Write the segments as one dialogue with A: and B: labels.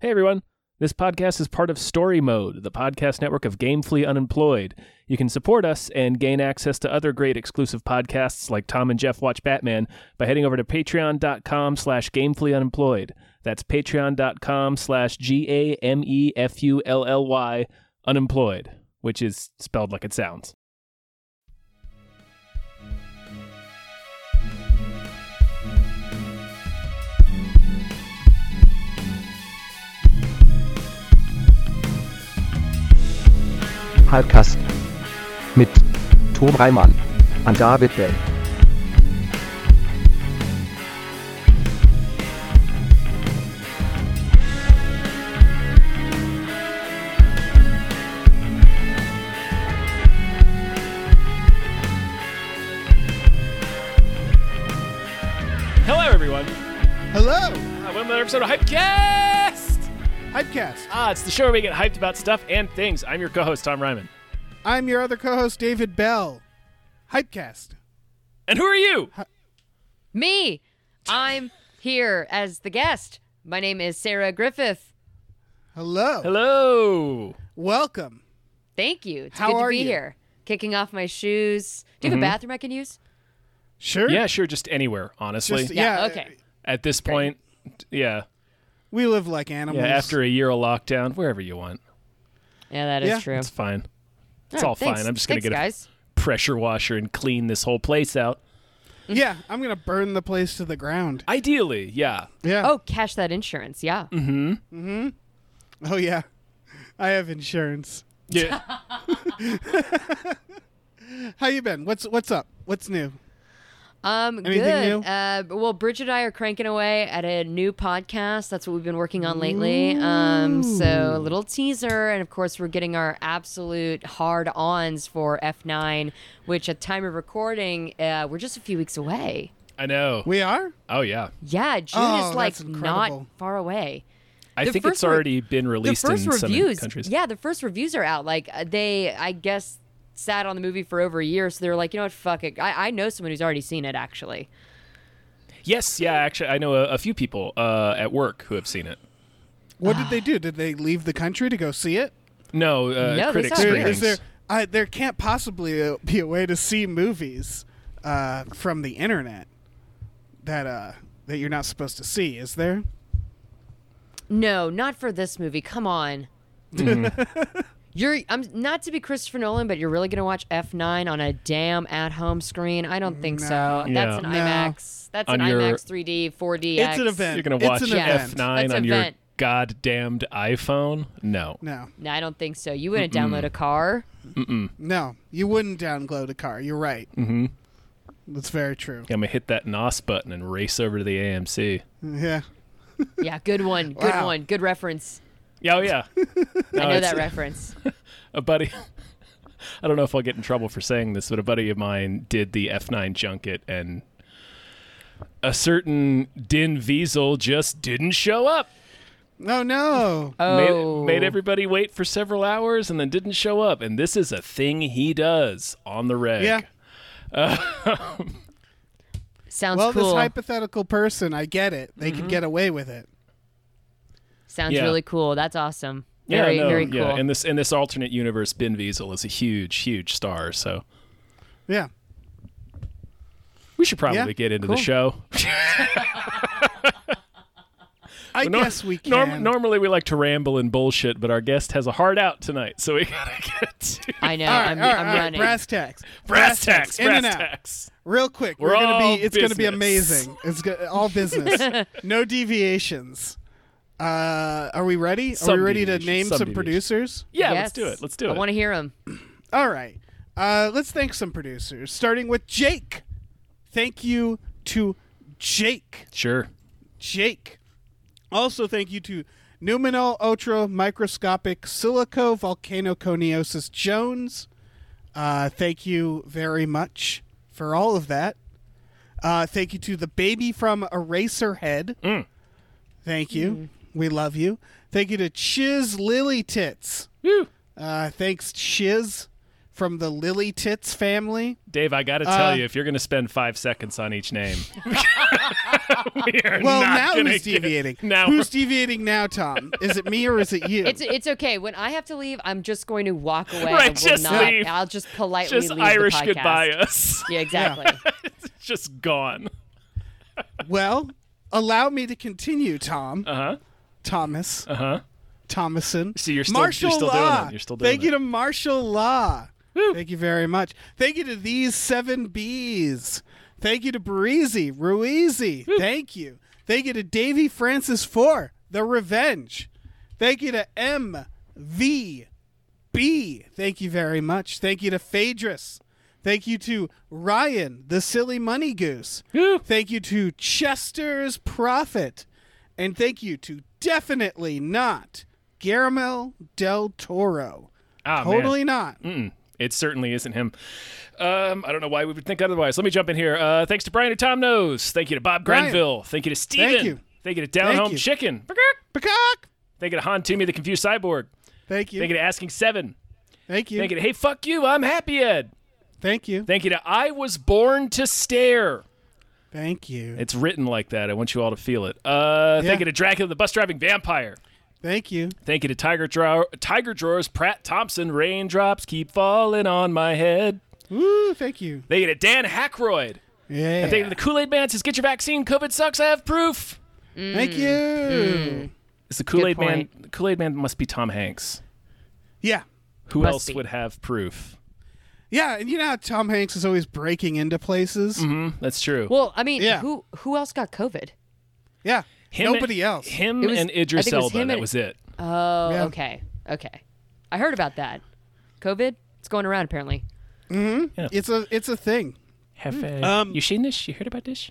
A: Hey everyone! This podcast is part of Story Mode, the podcast network of Gamefully Unemployed. You can support us and gain access to other great exclusive podcasts like Tom and Jeff Watch Batman by heading over to patreon.com slash gamefully unemployed. That's patreon.com slash G A M E F U L L Y unemployed, which is spelled like it sounds.
B: Halbkast mit Tom Reimann an David Bell.
A: Hello everyone!
C: Hello,
A: Uh, welcome to another episode of Hypecast!
C: Hypecast.
A: Ah, it's the show where we get hyped about stuff and things. I'm your co-host, Tom Ryman.
C: I'm your other co-host, David Bell. Hypecast.
A: And who are you?
D: Me. I'm here as the guest. My name is Sarah Griffith.
C: Hello.
A: Hello!
C: Welcome.
D: Thank you. It's
C: How
D: good to
C: are
D: be
C: you? Mm-hmm.
D: here. Kicking off my shoes. Do you have a bathroom I can use?
C: Sure.
A: Yeah, sure, just anywhere, honestly.
C: Just-
D: Yeah,
C: yeah.
D: e- okay.
A: At this point, yeah.
C: We live like animals.
A: Yeah, after a year of lockdown, wherever you want.
D: Yeah, that is
C: Yeah.
D: true.
A: It's fine. It's
D: Oh,
A: all
D: thanks.
A: fine. I'm just going to
D: Thanks,
A: get
D: guys.
A: a pressure washer and clean this whole place out.
C: Yeah, I'm gonna burn the place to the ground.
A: Ideally, yeah.
C: Yeah.
D: Oh, cash that insurance. Yeah.
C: Oh yeah. I have insurance.
A: Yeah.
C: How you been? What's What's up? What's new?
D: Um,
C: Anything
D: good.
C: new?
D: Uh, well, Bridget and I are cranking away at a new podcast. That's what we've been working on lately. Um, so a little teaser, and of course, we're getting our absolute hard ons for F9, which at time of recording, uh, we're just a few weeks away.
A: I know.
C: We are.
A: Oh, yeah.
D: Yeah, June
C: Oh,
D: is like
C: that's
D: not
C: incredible.
D: far away.
A: I
D: The
A: think
D: first
A: it's
D: re-
A: already been released
D: the first
A: in
D: reviews,
A: some countries.
D: yeah, the first reviews are out. Like uh, they, I guess, sat on the movie for over a year, so they were like, you know what, fuck it. I, I know someone who's already seen it. Actually,
A: Yes, yeah, actually, I know a, a few people uh, at work who have seen it.
C: What did they do? Did they leave the country to go see it?
A: No, uh,
D: No, they
A: critic
D: saw it.
C: There-
A: screenings.
C: is there? I, there can't possibly uh, be a way to see movies uh, from the internet that uh, that you're not supposed to see, is there?
D: no, not for this movie. Come on.
C: Mm-hmm.
D: You're I'm not to be Christopher Nolan, but you're really gonna watch F9 on a damn at-home screen? I don't think so.
A: No.
D: That's an
A: No.
D: IMAX. That's
A: On
D: an
A: your-
D: IMAX 3D, 4D.
C: It's an event.
A: You're going to
C: It's
A: watch
C: an
A: F9
C: event.
D: That's
A: on
D: an
A: your
D: event.
A: goddamned iPhone? No.
C: No,
D: No, I don't think so. You wouldn't download a car.
C: no, you wouldn't download a car. You're right. Mm-hmm. That's very true.
A: I'm going to hit that NOS button and race over to the AMC.
C: Yeah.
D: Yeah, good one. Good
C: Wow.
D: one. Good reference.
A: Yeah, oh, yeah. No,
D: I know
A: it's-
D: that reference.
A: a buddy I don't know if I'll get in trouble for saying this, but a buddy of mine did the F9 junket and a certain Din Wiesel just didn't show up.
C: Oh no.
A: Made-
D: Oh,
A: Made, everybody wait for several hours and then didn't show up. And this is a thing he does on the reg.
C: yeah.
D: sounds
C: Well,
D: cool. Mm-hmm.
C: this hypothetical person, I get it. They could get away with it.
D: sounds
A: Yeah.
D: really cool. That's awesome.
A: Yeah,
D: Very,
A: no,
D: very cool.
A: yeah. In this in this alternate universe, Bin Wiesel is a huge, huge star. So
C: Yeah.
A: we should probably
C: Yeah,
A: get into the
C: cool.
A: show.
C: I
A: Nor-
C: guess we can.
A: norm- normally we like to ramble and bullshit, but our guest has a hard out tonight, so we gotta get to
D: I know.
C: all right,
D: I'm,
C: all right,
D: I'm
C: all right.
D: running.
C: Brass tacks.
A: brass tacks.
C: In
A: Brass
C: and out.
A: tacks.
C: Real quick.
A: We're
C: We're, gonna
A: all
C: be. It's gonna be
A: business.
C: amazing. It's go- all business. no deviations. Uh, are we ready? Are we ready to
A: Subdeviation,
C: name some
A: subdeviation.
C: producers?
A: Yeah,
D: Yes.
A: let's do it. Let's do
D: I
A: it.
D: want to hear him.
C: All right. Uh, let's thank some producers, starting with Jake. Thank you to Jake.
A: sure.
C: Jake. Also, thank you to Numinal Ultra Microscopic Silico Volcanoconiosis Jones. Uh, thank you very much for all of that. Uh, thank you to the baby from Eraserhead.
A: Mm.
C: Thank you. We love you. Thank you to Chiz Lily Tits.
A: Woo.
C: Uh, thanks, Chiz, from the Lily Tits family.
A: Dave, I got to
C: Uh,
A: tell you, if you're going to spend five seconds on each name, we are
C: Well,
A: not
C: now
A: gonna
C: who's
A: get-
C: deviating?
A: Now
C: who's deviating now, Tom? Is it me or is it you?
D: It's it's okay. When I have to leave, I'm just going to walk away.
A: Right,
D: I will
A: just
D: not,
A: leave.
D: I'll just
A: we're
D: politely
A: just
D: leave
A: Irish
D: the podcast.
A: goodbye us.
D: Yeah, exactly.
A: it's just gone.
C: well, allow me to continue, Tom.
A: Uh huh.
C: Thomas.
A: Uh huh.
C: Thomason.
A: See, you're still- you're
C: martial
A: still doing
C: law.
A: it. You're still doing
C: Thank
A: it.
C: you to martial law. Thank you very much. Thank you to these seven Bs. Thank you to Breezy, Ruizy. Thank you. Thank you to Davy Francis for the revenge. Thank you to M V B. Thank you very much. Thank you to Phaedrus. Thank you to Ryan, the silly money goose. Thank you to Chester's Prophet. And thank you to definitely not Guillermo del Toro.
A: Ah, man.
C: totally not.
A: It certainly isn't him. Um, I don't know why we would think otherwise. Let me jump in here. Uh, thanks to Brian and Tom Nose. Thank you to Bob
C: Brian.
A: Grenville. Thank you to Steven.
C: you.
A: Thank you to Down
C: Thank
A: Home
C: you.
A: Chicken.
C: Peacock!
A: Thank you to Han Toomey, the Confused Cyborg.
C: Thank you.
A: Thank you to Asking Seven.
C: Thank you.
A: Thank you to Hey Fuck You, I'm Happy Ed.
C: Thank you.
A: Thank you to I Was Born to Stare.
C: Thank you.
A: It's written like that. I want you all to feel it. Uh,
C: Yeah.
A: Thank you to Dracula, the bus driving vampire.
C: Thank you.
A: Thank you to Tiger Drawer, Tiger Drawers, Pratt Thompson. Raindrops keep falling on my head.
C: Woo, thank you.
A: Thank you to Dan Hackroyd.
C: Yeah.
A: Thank you to the Kool Aid Man says, "Get your vaccine. COVID sucks. I have proof."
C: Thank you.
A: Mm. It's the Kool Aid Man.
D: point.
A: The Kool Aid Man must be Tom Hanks.
C: Yeah.
A: Who
D: Must
A: else
D: be.
A: would have proof?
C: Yeah, and you know how Tom Hanks is always breaking into places?
A: Hmm, That's true.
D: Well, I mean,
C: Yeah.
D: who who else got COVID?
C: Yeah.
A: Him
C: Nobody
A: and-
C: else.
A: Him
D: It was-
A: and
D: I think
A: Idris
D: it was
A: Elba.
D: him
A: that
D: and-
A: was it.
D: Oh,
C: Yeah.
D: okay, okay. I heard about that. COVID, it's going around apparently.
C: It's a it's a thing.
A: Have uh,
C: Um,
A: you seen this? You heard about this?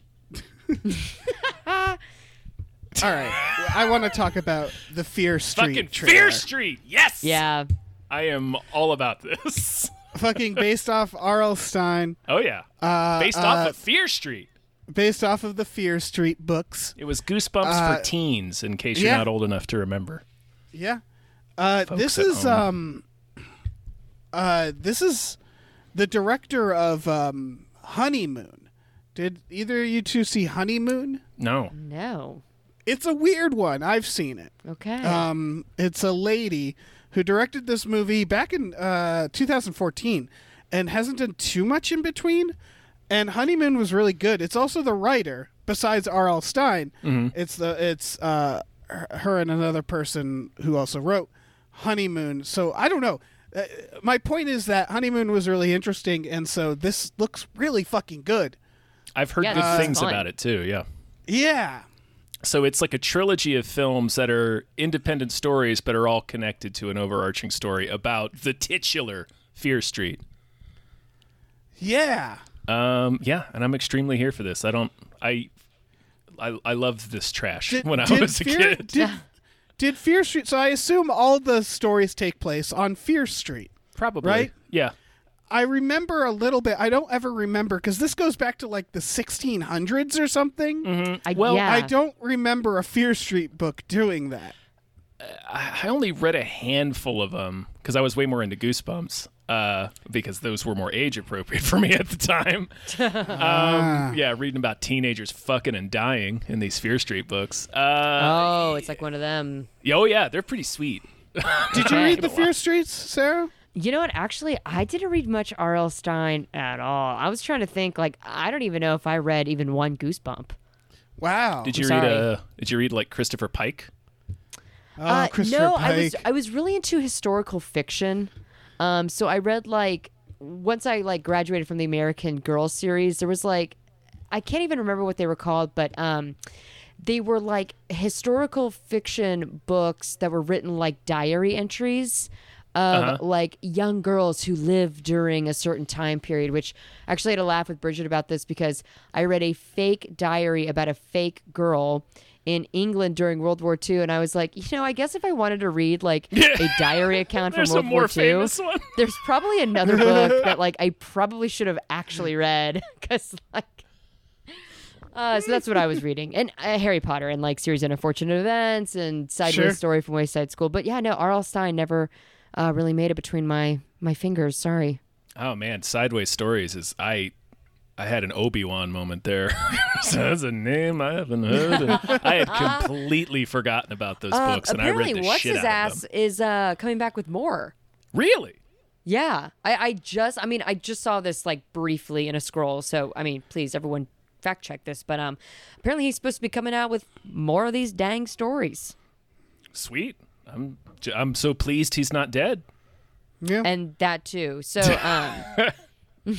C: All right. I want to talk about the Fear Street
A: Fucking
C: trailer.
A: Fear Street. Yes.
D: Yeah,
A: I am all about this.
C: Fucking based off R.L. Stein,
A: Oh yeah. Uh, Based off of Fear Street.
C: based off of the Fear Street books.
A: It was Goosebumps for teens, in case you're
C: uh, yeah.
A: not old enough to remember.
C: Yeah. Uh, this
A: at
C: is um uh this is the director of um Honeymoon. Did either of you two see Honeymoon?
A: No.
D: no,
C: It's a weird one. I've seen it.
D: okay.
C: Um, it's a lady who directed this movie back in uh, 2014 and hasn't done too much in between. And Honeymoon was really good. It's also the writer, besides R.L. Stein. It's the it's uh, her, her and another person who also wrote Honeymoon. So I don't know. Uh, my point is that Honeymoon was really interesting, and so this looks really fucking good.
A: I've heard
D: Yeah,
A: good
D: this is
A: things
D: fun.
A: about it too. Yeah.
C: Yeah,
A: So it's like a trilogy of films that are independent stories, but are all connected to an overarching story about the titular Fear Street.
C: yeah.
A: Um, yeah, and I'm extremely here for this. I don't. I. I, I loved this trash
C: Did-
A: when I
C: did
A: was a
C: Fear-
A: kid.
C: Did, did Fear Street? So I assume all the stories take place on Fear Street.
A: Probably.
C: right?
A: Yeah.
C: I remember a little bit. I don't ever remember because this goes back to like the 1600s or something.
D: I,
A: well,
D: yeah.
C: I don't remember a Fear Street book doing that.
A: I only read a handful of them because I was way more into Goosebumps uh, because those were more age appropriate for me at the time. um, yeah, reading about teenagers fucking and dying in these Fear Street books. Uh,
D: Oh, it's like one of them.
A: yeah, oh yeah, they're pretty sweet.
C: Did you
D: Okay.
C: read the Fear Streets, Sarah?
D: You know what? Actually, I didn't read much R.L. Stein at all. I was trying to think. Like, I don't even know if I read even one Goosebump.
C: Wow.
A: Did you
D: sorry.
A: read? Uh, did you read like Christopher Pike?
C: Oh,
D: Uh,
C: Christopher
D: no, I was
C: Pike.
D: I was really into historical fiction. Um, so I read like once I like graduated from the American Girl series, there was like I can't even remember what they were called, but um, they were like historical fiction books that were written like diary entries of
A: Uh-huh.
D: like young girls who lived during a certain time period. Which actually I had a laugh with Bridget about this because I read a fake diary about a fake girl in England during World War II, and I was like, you know, I guess if I wanted to read like a diary account from
A: There's
D: World
A: a
D: War
A: more
D: II,
A: famous one.
D: there's probably another book that like I probably should have actually read because like. Uh, so that's what I was reading, and uh, Harry Potter, and like series of unfortunate events, and sideways
C: Sure.
D: story from Wayside School. But yeah, no, R.L. Stein never uh, really made it between my my fingers. Sorry.
A: Oh man, sideways stories is I. I had an Obi Wan moment there. so that's a name I haven't heard. And I had completely forgotten about those
D: Uh,
A: books, and I
D: apparently,
A: read the
D: what's
A: shit
D: his
A: out of
D: ass
A: them.
D: is uh, coming back with more.
A: Really?
D: Yeah, I, I just, I mean, I just saw this like briefly in a scroll. So, I mean, please, everyone, fact check this. But um, apparently, he's supposed to be coming out with more of these dang stories.
A: Sweet. I'm. j- I'm so pleased he's not dead.
C: Yeah.
D: and that too. So, um,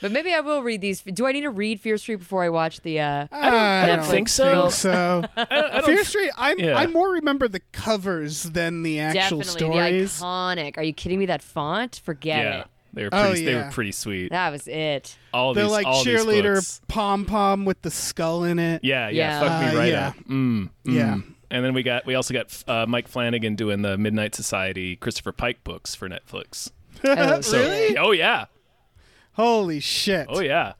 D: but maybe I will read these. Do I need to read Fear Street before I watch the? Uh,
C: I don't,
A: I don't think so.
C: so.
A: I don't
C: Fear Street, I
A: Yeah.
C: I more remember the covers than the actual
D: definitely
C: stories.
D: the iconic. Are you kidding me? That font, forget
A: yeah,
D: it.
A: they were
C: Oh,
A: pretty. They were
C: yeah.
A: pretty sweet.
D: That was it.
A: All
C: the
A: these,
C: like
A: all these
C: cheerleader
A: books.
C: pom pom with the skull in it.
A: Yeah, yeah,
D: Yeah.
A: Fuck me
C: Uh,
A: right
C: yeah.
A: up. Mm, mm.
C: Yeah.
A: And then we got. We also got uh, Mike Flanagan doing the Midnight Society Christopher Pike books for Netflix.
D: Oh,
A: So,
D: shit.
A: Oh yeah.
C: Holy shit.
A: Oh yeah.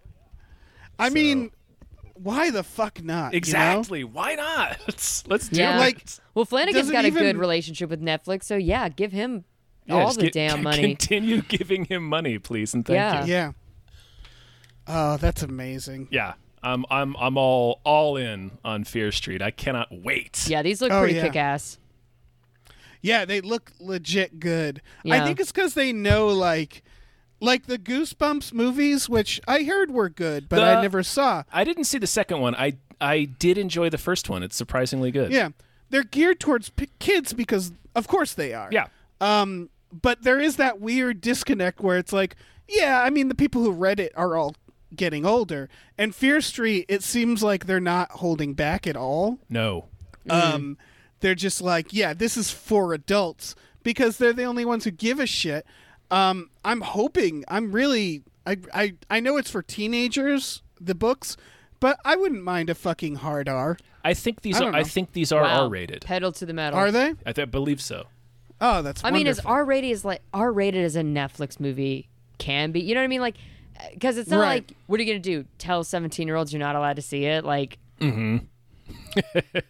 C: I mean, why the fuck not? you know?
A: Exactly. Why not? Let's, let's do
D: Yeah.
A: it.
C: Like,
D: Well, Flanagan's
C: Doesn't
D: got a good
C: even-
D: relationship with Netflix, so yeah, give him
A: Yeah,
D: all
A: just
D: the
A: get-
D: damn money.
A: Continue giving him money, please, and thank
D: Yeah.
A: you.
C: Yeah. Oh, that's amazing.
A: Yeah. I'm I'm I'm all all in on Fear Street. I cannot wait.
D: yeah, these look
C: Oh,
D: pretty
C: yeah.
D: kick-ass.
C: Yeah, they look legit good. I
D: Yeah.
C: think it's because they know like, like the Goosebumps movies, which I heard were good, but
A: The-
C: I never saw.
A: I didn't see the second one. I I did enjoy the first one. It's surprisingly good.
C: Yeah, they're geared towards p- kids because, of course, they are.
A: Yeah.
C: Um, but there is that weird disconnect where it's like, yeah, I mean, the people who read it are all getting older, and Fear Street, it seems like they're not holding back at all.
A: No.
D: Mm.
C: Um, they're just like, yeah, this is for adults because they're the only ones who give a shit. Um, I'm hoping. I'm really. I, I I know it's for teenagers, the books, but I wouldn't mind a fucking hard R.
A: I think these
C: I
A: are
C: don't
A: I
C: know.
A: think these are
D: Wow.
A: R rated.
D: Pedal to the metal.
C: Are they?
A: I, th- I believe so.
C: Oh, that's.
D: Oh. I mean, as
C: wonderful.
D: R-rated as like R-rated as a Netflix movie can be. You know what I mean? Like, because it's not
C: Right.
D: like what are you gonna do? Tell seventeen-year-olds you're not allowed to see it? Like, mm-hmm. like
A: You're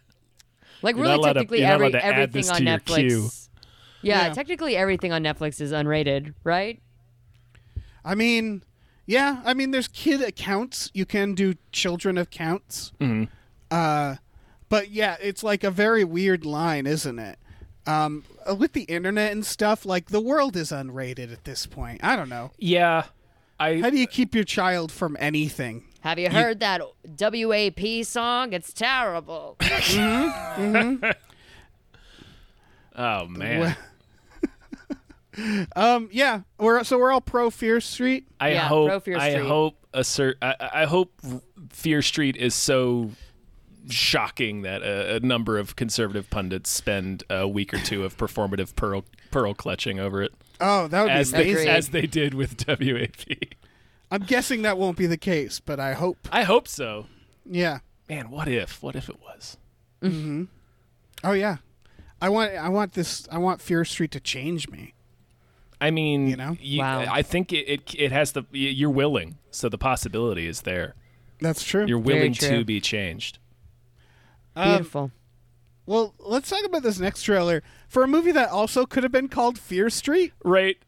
A: not
D: really,
A: allowed to-
D: technically
A: you're not allowed
D: every
A: to add
D: everything
A: this
D: on
A: to your queue.
D: Netflix. Yeah,
C: Yeah.
D: technically everything on Netflix is unrated, right?
C: I mean, yeah. I mean, there's kid accounts. You can do children accounts. Uh, but yeah, it's like a very weird line, isn't it? Um, uh, with the internet and stuff, like the world is unrated at this point. I don't know.
A: Yeah.
C: How
A: I
C: do you keep your child from anything?
D: Have you heard that WAP song? It's terrible.
A: oh man.
C: Um, yeah, we're so we're all pro Fear Street.
A: I
D: Yeah,
A: hope.
D: pro Fear
A: I
D: Street.
A: hope a cer- I, I hope Fear Street is so shocking that a, a number of conservative pundits spend a week or two of performative pearl pearl clutching over it,
C: Oh, that would
A: as
C: be amazing.
A: they
D: Agreed.
A: as they did with WAP.
C: I'm guessing that won't be the case, but I hope.
A: I hope so.
C: Yeah.
A: Man, what if? What if it was?
C: Oh yeah. I want. I want this. I want Fear Street to change me.
A: I mean,
C: You know?
D: Wow.
A: I think it, it it has the you're willing, so the possibility is there.
C: That's true.
A: You're
D: Very
A: willing
D: true.
A: to be changed. Um,
D: Beautiful.
C: Um, Well, let's talk about this next trailer for a movie that also could have been called Fear Street.
A: Right.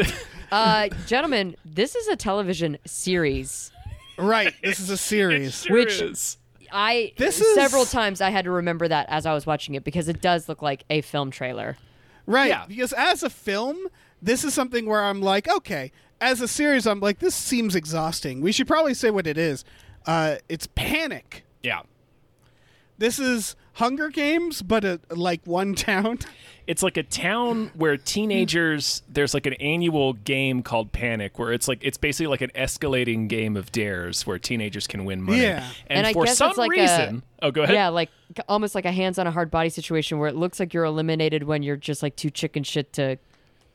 D: uh, gentlemen, this is a television series.
C: Right. This is a series.
A: Sure
D: Which-
A: is.
D: I
C: This is-
D: several times I had to remember that as I was watching it because it does look like a film trailer.
C: Right.
A: Yeah.
C: Because as a film, this is something where I'm like, okay. As a series, I'm like, this seems exhausting. We should probably say what it is. Uh, it's Panic.
A: Yeah.
C: This is Hunger Games, but a, like one town.
A: it's like a town where teenagers there's like an annual game called panic where it's like it's basically like an escalating game of dares where teenagers can win money
C: Yeah.
A: and,
D: And I
A: for
D: guess
A: some
D: it's like a-
A: reason oh go ahead
D: Yeah, like c- almost like a hands on a hard body situation where it looks like you're eliminated when you're just like too chicken shit to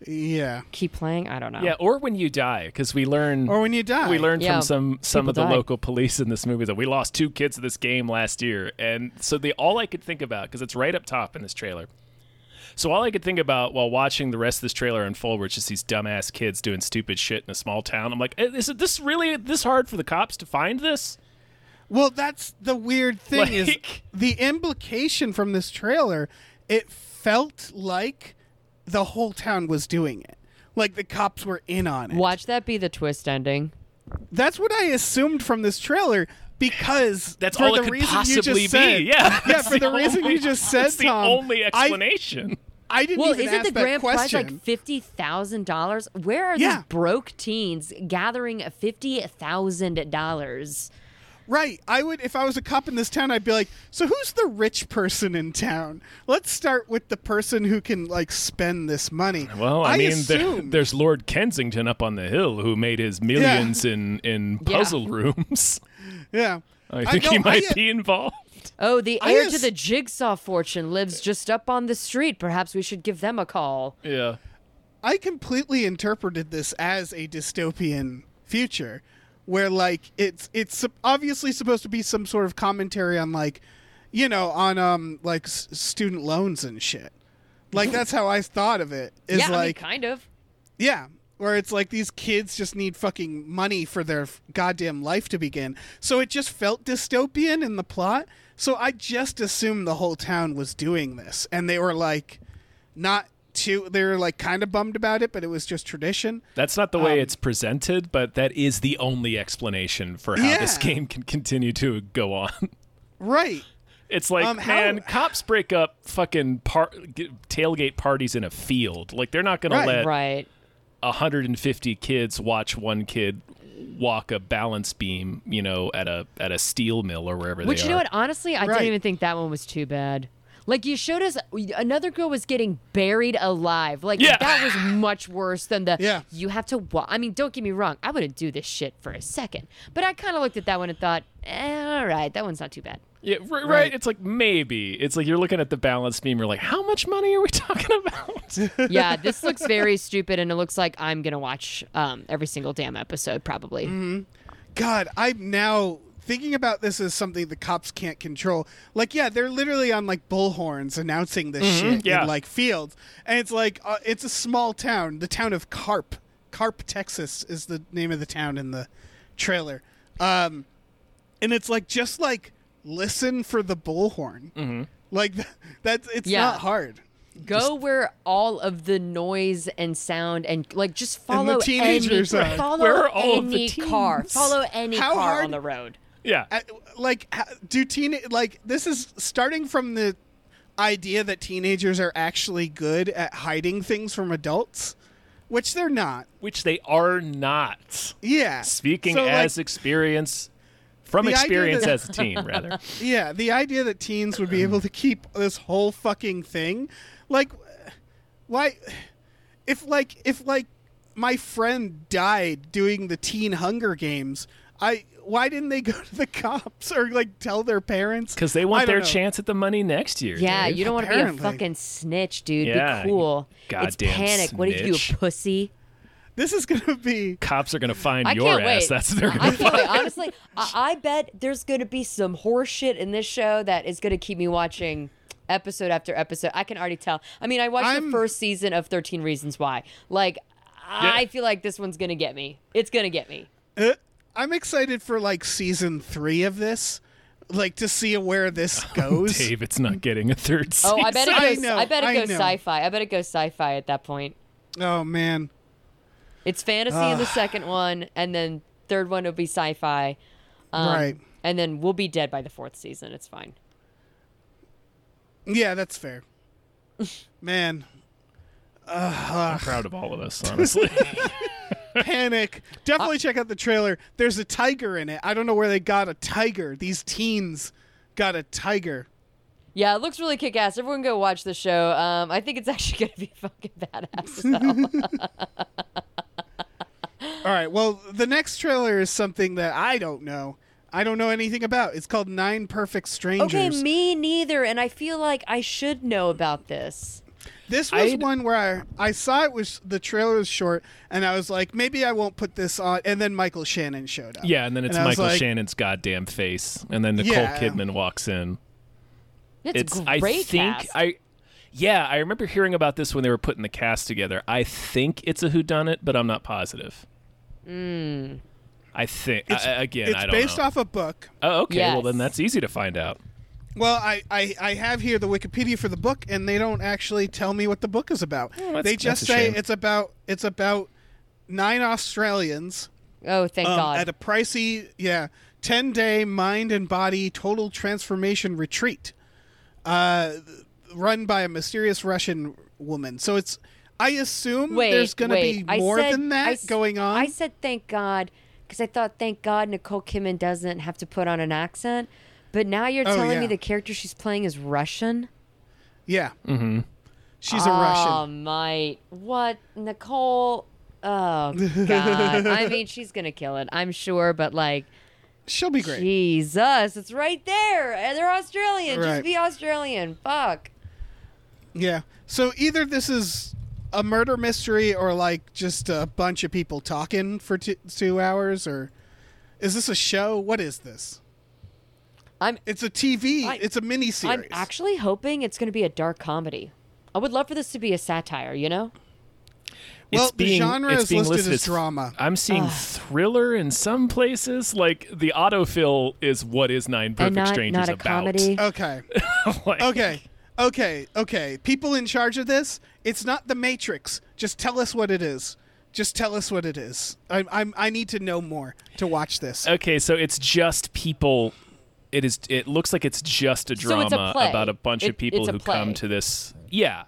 C: yeah.
D: keep playing. I don't know.
A: Yeah, or when you die because we learn
C: Or when you die.
A: we learned
D: Yeah,
A: from some some
D: people
A: of the
D: die.
A: local police in this movie that we lost two kids to this game last year and so the all i could think about because it's right up top in this trailer so all i could think about while watching the rest of this trailer unfold were just these dumbass kids doing stupid shit in a small town i'm like "Eh, is it this really this hard for the cops to find this
C: Well, that's the weird thing is
A: Like-
C: the implication from this trailer. It felt like the whole town was doing it. like the cops were in on it.
D: Watch that be the twist ending.
C: That's what I assumed from this trailer because
A: That's
C: for
A: all
C: the
A: it could
C: reason
A: possibly
C: you
A: be.
C: just Said,
A: yeah.
C: yeah.
A: That's
C: For the, reason
A: only-
C: you just said,
A: that's the
C: Tom,
A: only
C: I-
A: explanation.
C: I, didn't
D: Well,
C: even
D: isn't
C: ask
D: the
C: that
D: grand prize
C: question.
D: like fifty thousand dollars? Where are
C: Yeah.
D: these broke teens gathering fifty thousand dollars?
C: Right. I would if I was a cop in this town, I'd be like, so who's the rich person in town? Let's start with the person who can like spend this money.
A: Well, I, mean, there,
C: assumed-
A: there's Lord Kensington up on the hill who made his millions in in
D: Yeah.
A: puzzle rooms.
C: yeah.
A: I think
C: know,
A: he might
C: I-
A: be involved.
D: Oh, the
C: I
D: heir to
C: ass-
D: the jigsaw fortune lives just up on the street. Perhaps we should give them a call.
A: Yeah.
C: I completely interpreted this as a dystopian future where like it's it's sup- obviously supposed to be some sort of commentary on like you know on um like s- student loans and shit. Like that's how I thought of it. Is
D: yeah, I mean,
C: like
D: kind of.
C: yeah, where it's like these kids just need fucking money for their f- goddamn life to begin. So it just felt dystopian in the plot. So I just assumed the whole town was doing this and they were like not too they were like kind of bummed about it, but it was just tradition.
A: That's not the way
C: Um,
A: it's presented, but that is the only explanation for how this
C: Yeah.
A: game can continue to go on.
C: Right.
A: It's like,
C: Um, how-
A: man, cops break up fucking par- g- tailgate parties in a field. Like, they're not going
C: Right.
A: to let
D: Right.
A: 150 kids watch one kid walk a balance beam, you know, at a at a steel mill or wherever
D: Which
A: they
D: you
A: are.
D: know what? Honestly, I
C: Right.
D: didn't even think that one was too bad. Like you showed us, another girl was getting buried alive. Like
A: Yeah.
D: that was much worse than the.
C: Yeah.
D: You have to. Wa- I mean, don't get me wrong. I wouldn't do this shit for a second. But I kind of looked at that one and thought, eh, all right, that one's not too bad.
A: Yeah, r- right,
C: Right.
A: It's like maybe. It's like you're looking at the balance beam. You're like, how much money are we talking about?
D: Yeah, this looks very stupid, and it looks like I'm gonna watch um, every single damn episode probably.
C: God, I'm now thinking about this as something the cops can't control. Like, yeah, they're literally on like bullhorns announcing this shit
A: yeah.
C: in like fields, and it's like uh, it's a small town, the town of Carp, Carp, Texas is the name of the town in the trailer, um, and it's like just like listen for the bullhorn, like that's it's
D: Yeah.
C: not hard.
D: Go where all of the noise and sound and like just follow
C: teenagers
D: any,
C: are.
D: follow
A: Where are all of the
D: any car,
A: teens?
D: follow any
C: How
D: car
C: hard-
D: on the road.
A: yeah.
C: I- like ha- do teen like this is starting from the idea that teenagers are actually good at hiding things from adults which they're not
A: Which they are not.
C: yeah
A: Speaking
C: So, like,
A: as experience, from
C: the idea
A: experience
C: that-
A: as a teen, rather.
C: yeah the idea that teens would be able to keep this whole fucking thing like why if like if like my friend died doing the teen hunger games i why didn't they go to the cops or like tell their parents
A: Because they
C: I
A: want
C: don't
A: their
C: know.
A: chance at the money next year.
D: Yeah,
A: dude.
D: you don't want to be a
C: Apparently.
D: fucking snitch, dude.
A: Yeah,
D: be
A: you
D: cool. it's
A: goddamn
D: panic. What did you do,
A: snitch.
D: pussy?
C: this is gonna be
A: Cops are gonna find
D: I
A: your
D: can't
A: ass.
D: wait.
A: That's what they're
D: I
A: gonna
D: can't
A: find.
D: wait. Honestly, I, I bet there's going to be some horse shit in this show that is going to keep me watching episode after episode. I can already tell. I mean, I watched
C: I'm-
D: the first season of 13 Reasons Why. Like, I feel like this one's going to get me. It's going to get me.
C: Uh, I'm excited for like season three of this, like to see where this goes.
A: Dave, it's not getting a third season.
D: Oh, I bet it
C: I
D: goes.
C: know,
D: I, bet it
C: I
D: goes
C: know.
D: sci-fi. I bet it goes sci-fi at that point.
C: Oh man,
D: It's fantasy in the second one, and then third one will be sci-fi. Um,
C: Right.
D: And then we'll be dead by the fourth season. It's fine.
C: yeah, that's fair. Man,
A: I'm proud of all of us, honestly.
C: panic! Definitely
D: Uh,
C: check out the trailer. There's a tiger in it. I don't know where they got a tiger. These teens got a tiger.
D: Yeah, it looks really kick ass. Everyone go watch the show. Um, I think it's actually going to be fucking badass. as hell.
C: All right. Well, the next trailer is something that I don't know. I don't know anything about. It's called Nine Perfect
D: okay,
C: Strangers.
D: me neither. And I feel like I should know about this.
C: This was
A: I'd-
C: one where I, I saw it was the trailer was short, and I was like, maybe I won't put this on. And then Michael Shannon showed up.
A: yeah, and then it's
C: I was
A: Michael
C: like,
A: Shannon's goddamn face, and then Nicole
C: Yeah.
A: Kidman walks in.
D: It's,
A: It's
D: great.
A: I think
D: cast.
A: I yeah, I remember hearing about this when they were putting the cast together. I think it's a whodunit, but I'm not positive. I think I, again,
C: It's
A: I don't
C: based
A: know.
C: off a book.
A: oh, okay. Well,
D: Yes.
A: then that's easy to find out.
C: Well, I, I, I have here the Wikipedia for the book, and they don't actually tell me what the book is about.
A: that's-
C: they
A: that's
C: just
A: a
C: say
A: shame.
C: it's about it's about nine Australians
D: Oh, thank
C: um,
D: God.
C: at a pricey yeah ten day mind and body total transformation retreat, uh, run by a mysterious Russian woman. So it's I assume
D: wait,
C: there's going to
D: wait.
C: be
D: I
C: more
D: said-
C: than
D: I
C: that
D: s-
C: going on.
D: I said thank God because I thought thank God Nicole Kidman doesn't have to put on an accent. But now you're
C: Oh,
D: telling me
C: yeah.
D: the character she's playing is Russian.
C: yeah, mm-hmm. she's a
D: Oh
C: Russian.
D: my! What Nicole? Oh God! I mean, she's gonna kill it. I'm sure, but like.
C: She'll be great.
D: Jesus, it's right there. And They're Australian. Just
C: Right.
D: be Australian. Fuck.
C: Yeah. So either this is a murder mystery or like just a bunch of people talking for two, two hours or is this a show? What is this?
D: I'm
C: It's a TV.
D: I-
C: it's a mini series.
D: I'm actually hoping it's going to be a dark comedy. I would love for this to be a satire, you know?
C: well,
A: it's
C: the
A: being,
C: genre
A: it's
C: is
A: being
C: listed
A: listed
C: as drama.
A: I'm seeing thriller in some places. Like the autofill is what is Nine Perfect
D: and not,
A: Strangers
D: not a
A: about.
D: comedy.
C: Okay.
A: Like,
C: Okay. Okay. Okay. People in charge of this, it's not the Matrix. Just tell us what it is. Just tell us what it is. I, I'm, I need to know more to watch this.
A: Okay, so it's just people. It is. It looks like it's just a
D: So
A: drama
D: it's a play.
A: about a bunch
D: It-
A: of people
D: it's a
A: who
D: play.
A: come to this. Yeah.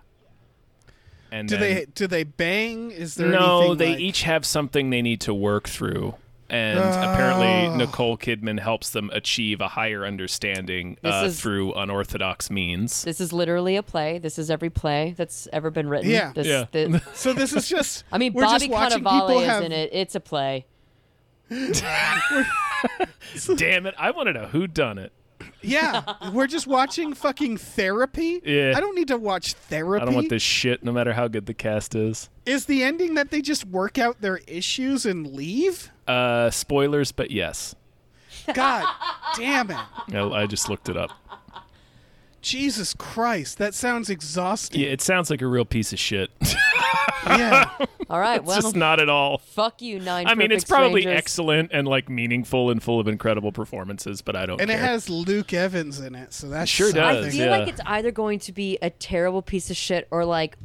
A: And
C: Do
A: then-
C: they do they bang? Is there
A: no,
C: anything
A: they
C: like-
A: each have something they need to work through. And
C: Ah.
A: apparently, Nicole Kidman helps them achieve a higher understanding
D: This
A: uh,
D: is-
A: through unorthodox means.
D: This is literally a play. This is every play that's ever been written.
C: Yeah.
D: This,
A: Yeah.
D: the-
C: So this is just.
D: I mean,
C: we're
D: Bobby
C: just watching people
D: Cannavale is
C: have,
D: in it. It's a play.
A: Damn it! I wanted a who done it.
C: Yeah, we're just watching fucking therapy.
A: Yeah.
C: I don't need to watch therapy.
A: I don't want this shit, no matter how good the cast is.
C: Is the ending that they just work out their issues and leave?
A: Uh, spoilers, but yes,
C: God damn it.
A: I, I just looked it up.
C: Jesus Christ, that sounds exhausting.
A: Yeah, it sounds like a real piece of shit. it's
C: Yeah.
D: All right. well,
A: just not at all.
D: fuck you, Nine
A: I mean, it's
D: Perfect
A: probably
D: Strangers.
A: excellent and like meaningful and full of incredible performances, but I don't.
C: And it
A: care.
C: has Luke Evans in it, so that's
A: Sure
C: something.
A: does.
D: I feel
A: yeah.
D: like it's either going to be a terrible piece of shit or like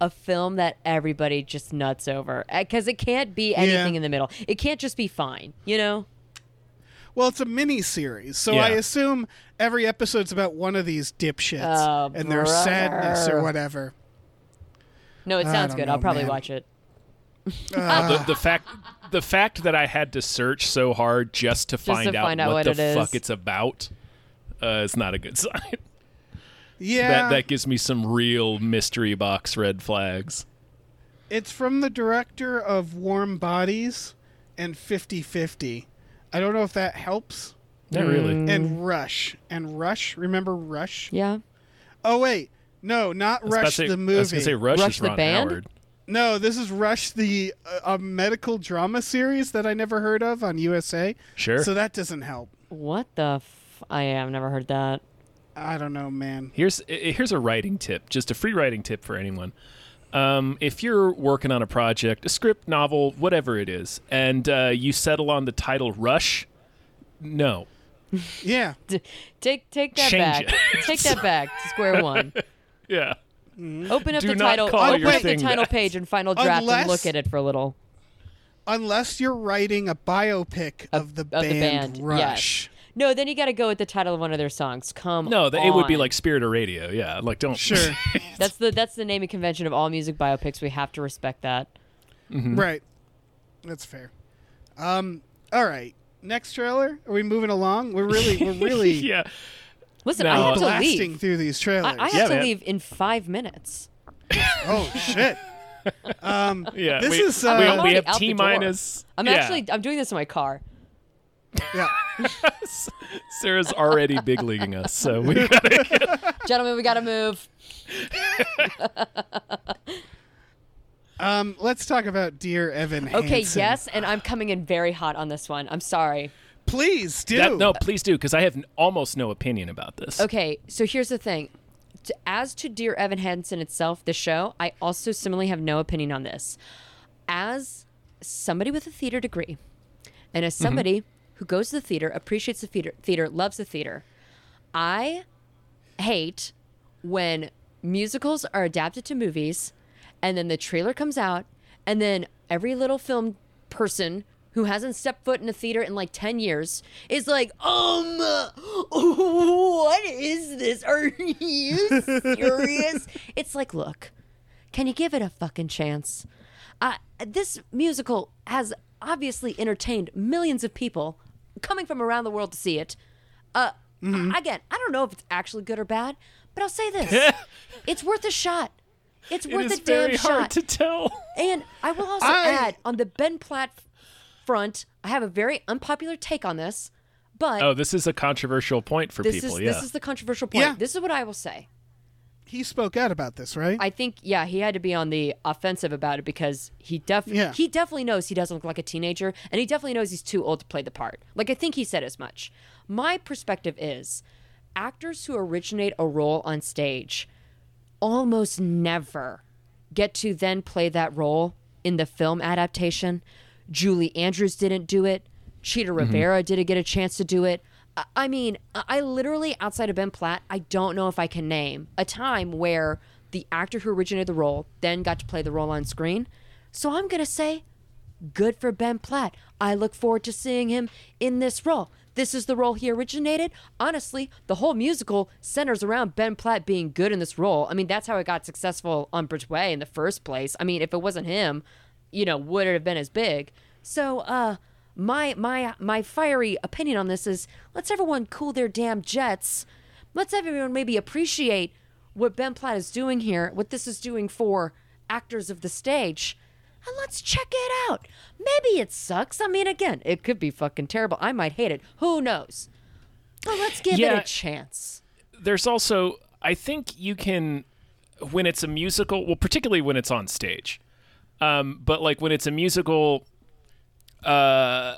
D: a film that everybody just nuts over because it can't be anything in the middle. It can't just be fine, you know.
C: Well, it's a mini series, so
A: Yeah.
C: I assume every episode's about one of these dipshits
D: Oh,
C: and their sadness or
D: brother.
C: whatever.
D: No, it
C: I
D: sounds
C: don't
D: good.
C: know,
D: I'll probably
C: man.
D: watch it.
A: the, the fact the fact that I had to search so hard just to find, out,
D: find out
A: what,
D: what
A: the
D: it
A: fuck
D: is.
A: it's about uh, is not a good sign.
C: Yeah.
A: that that gives me some real mystery box red flags.
C: It's from the director of Warm Bodies and 50 50. I don't know if that helps.
A: Not
D: Mm.
A: really.
C: And Rush. And Rush. Remember Rush?
D: Mm-hmm. Yeah.
C: Oh, wait. No, not
A: Especially-
C: Rush the
A: I was
C: movie.
A: gonna say Rush,
D: Rush
A: is
D: the
A: Ron
D: band?
A: Howard.
C: no, this is Rush the uh, a medical drama series that I never heard of on USA.
A: Sure.
C: So that doesn't help.
D: What the? F- I have never heard that.
C: I don't know, man.
A: Here's i- here's a writing tip, just a free writing tip for anyone. Um, if you're working on a project, a script, novel, whatever it is, and uh, you settle on the title Rush, no,
C: Yeah.
D: D- take take that
A: Change
D: back.
A: it.
D: take that back to square one.
A: yeah,
D: Open up
A: Do
D: the
A: not
D: title.
A: call
D: Open
A: your
D: up the
A: thing
D: title
A: that.
D: page and final draft
C: Unless-
D: and look at it for a little.
C: Unless you're writing a biopic of, the,
D: Of
C: band
D: the band,
C: Rush.
D: Yes. No, then you got to go with the title of one of their songs. Come
A: no, th- it would be
D: on.
A: like Spirit or Radio, yeah, like don't
C: Sure.
D: that's the that's the naming convention of all music biopics. We have to respect that.
C: Right. That's fair. Um all right. Next trailer? Are we moving along? We're really we're really
A: yeah.
D: Listen,
A: No.
D: I have to
C: blasting
D: leave.
C: through these trailers.
D: I, I have
A: Yeah,
D: to
A: man.
D: leave in five minutes.
C: oh shit. Um
A: Yeah,
C: This
A: we,
C: is,
A: we-
C: uh,
A: we
C: I'm
D: already
A: have
D: out the
A: T
D: door.
A: minus.
D: I'm
A: yeah.
D: actually I'm doing this in my car.
C: yeah.
A: Sarah's already big leaguing us, so we got
D: Gentlemen, we got to move.
C: Um let's talk about Dear Evan Hansen.
D: Okay, yes, and I'm coming in very hot on this one. I'm sorry.
C: Please do.
A: that, no. Please do, because I have n- almost no opinion about this.
D: Okay, so here's the thing. T- As to Dear Evan Hansen itself, the show, I also similarly have no opinion on this. As somebody with a theater degree, and as somebody who goes to the theater, appreciates the theater, theater, loves the theater, I hate when musicals are adapted to movies and then the trailer comes out and then every little film person who hasn't stepped foot in a theater in like 10 years is like um what is this are you serious it's like look can you give it a fucking chance? Uh, this musical has obviously entertained millions of people coming from around the world to see it. Uh,
A: Mm-hmm.
D: Again, I don't know if it's actually good or bad, but I'll say this: it's worth a shot. It's
A: It
D: worth
A: is
D: a damn
A: very
D: shot.
A: hard to tell.
D: And I will also
C: I-
D: add on the Ben Platt front, I have a very unpopular take on this, but
A: Oh, this is a controversial point for
D: this
A: people.
D: is
A: yeah.
D: this is the controversial point.
C: Yeah.
D: This is what I will say.
C: He spoke out about this, right?
D: I think yeah, he had to be on the offensive about it because he def
C: Yeah.
D: he definitely knows he doesn't look like a teenager and he definitely knows he's too old to play the part. Like I think he said as much. My perspective is actors who originate a role on stage almost never get to then play that role in the film adaptation. Julie Andrews didn't do it. Cheetah Rivera didn't get a chance to do it. I- I mean, I- I literally, outside of Ben Platt, I don't know if I can name a time where the actor who originated the role then got to play the role on screen. So I'm going to say good for Ben Platt. I look forward to seeing him in this role. This is the role he originated. Honestly, the whole musical centers around Ben Platt being good in this role. I mean, that's how it got successful on Bridgeway in the first place. I mean, if it wasn't him, you know, would it have been as big? So, uh, my my my fiery opinion on this is let's everyone cool their damn jets. Let's everyone maybe appreciate what Ben Platt is doing here, what this is doing for actors of the stage and Uh, let's check it out. Maybe it sucks. I mean, again, it could be fucking terrible. I might hate it. Who knows? But let's give
A: Yeah.
D: it a chance.
A: there's also I think you can when it's a musical, well, particularly when it's on stage, um, but like when it's a musical. Uh,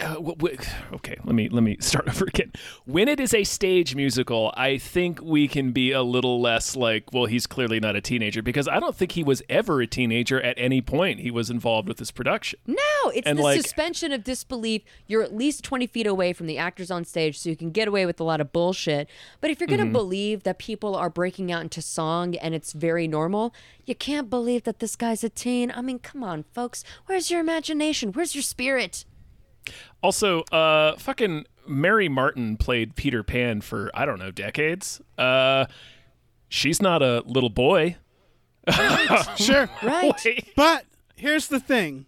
A: uh, w- w- okay, let me let me start over again. When it is a stage musical, I think we can be a little less like, well, he's clearly not a teenager because I don't think he was ever a teenager at any point he was involved with this production.
D: No, it's
A: And,
D: the
A: like-
D: suspension of disbelief. You're at least 20 feet away from the actors on stage, so you can get away with a lot of bullshit. But if you're going to
C: Mm-hmm.
D: believe that people are breaking out into song and it's very normal, you can't believe that this guy's a teen. I mean, come on, folks. Where's your imagination? Where's your spirit?
A: Also, uh, fucking Mary Martin played Peter Pan for I don't know decades. Uh, she's not a little boy.
C: sure.
D: Right?
C: But here's the thing.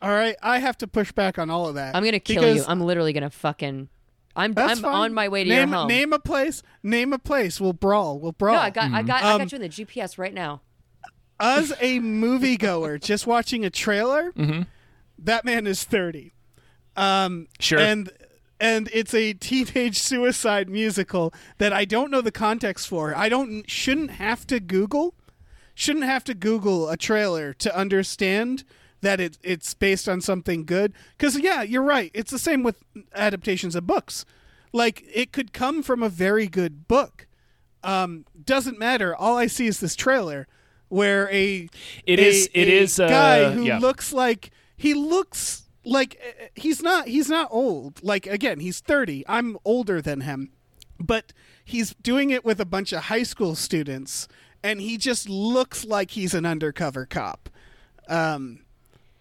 C: All right, I have to push back on all of that.
D: I'm gonna kill
C: because
D: you. I'm literally gonna fucking. I'm I'm
C: that's fine.
D: on my way to
C: name,
D: your home.
C: Name a place. Name a place. We'll brawl. We'll brawl.
D: no, I got I got I
C: Um,
D: got you in the GPS right now.
C: As a moviegoer, just watching a trailer, that man is thirty. Um,
A: Sure.
C: And and it's a teenage suicide musical that I don't know the context for. I don't shouldn't have to Google, shouldn't have to Google a trailer to understand that it it's based on something good. Because yeah, you're right. It's the same with adaptations of books. Like it could come from a very good book. Um, doesn't matter. All I see is this trailer where a
A: It
C: a-
A: is- it
C: a
A: is, uh,
C: guy who
A: yeah.
C: looks like he looks like uh, he's not he's not old. Like again, he's 30. I'm older than him. But he's doing it with a bunch of high school students and he just looks like he's an undercover cop. Um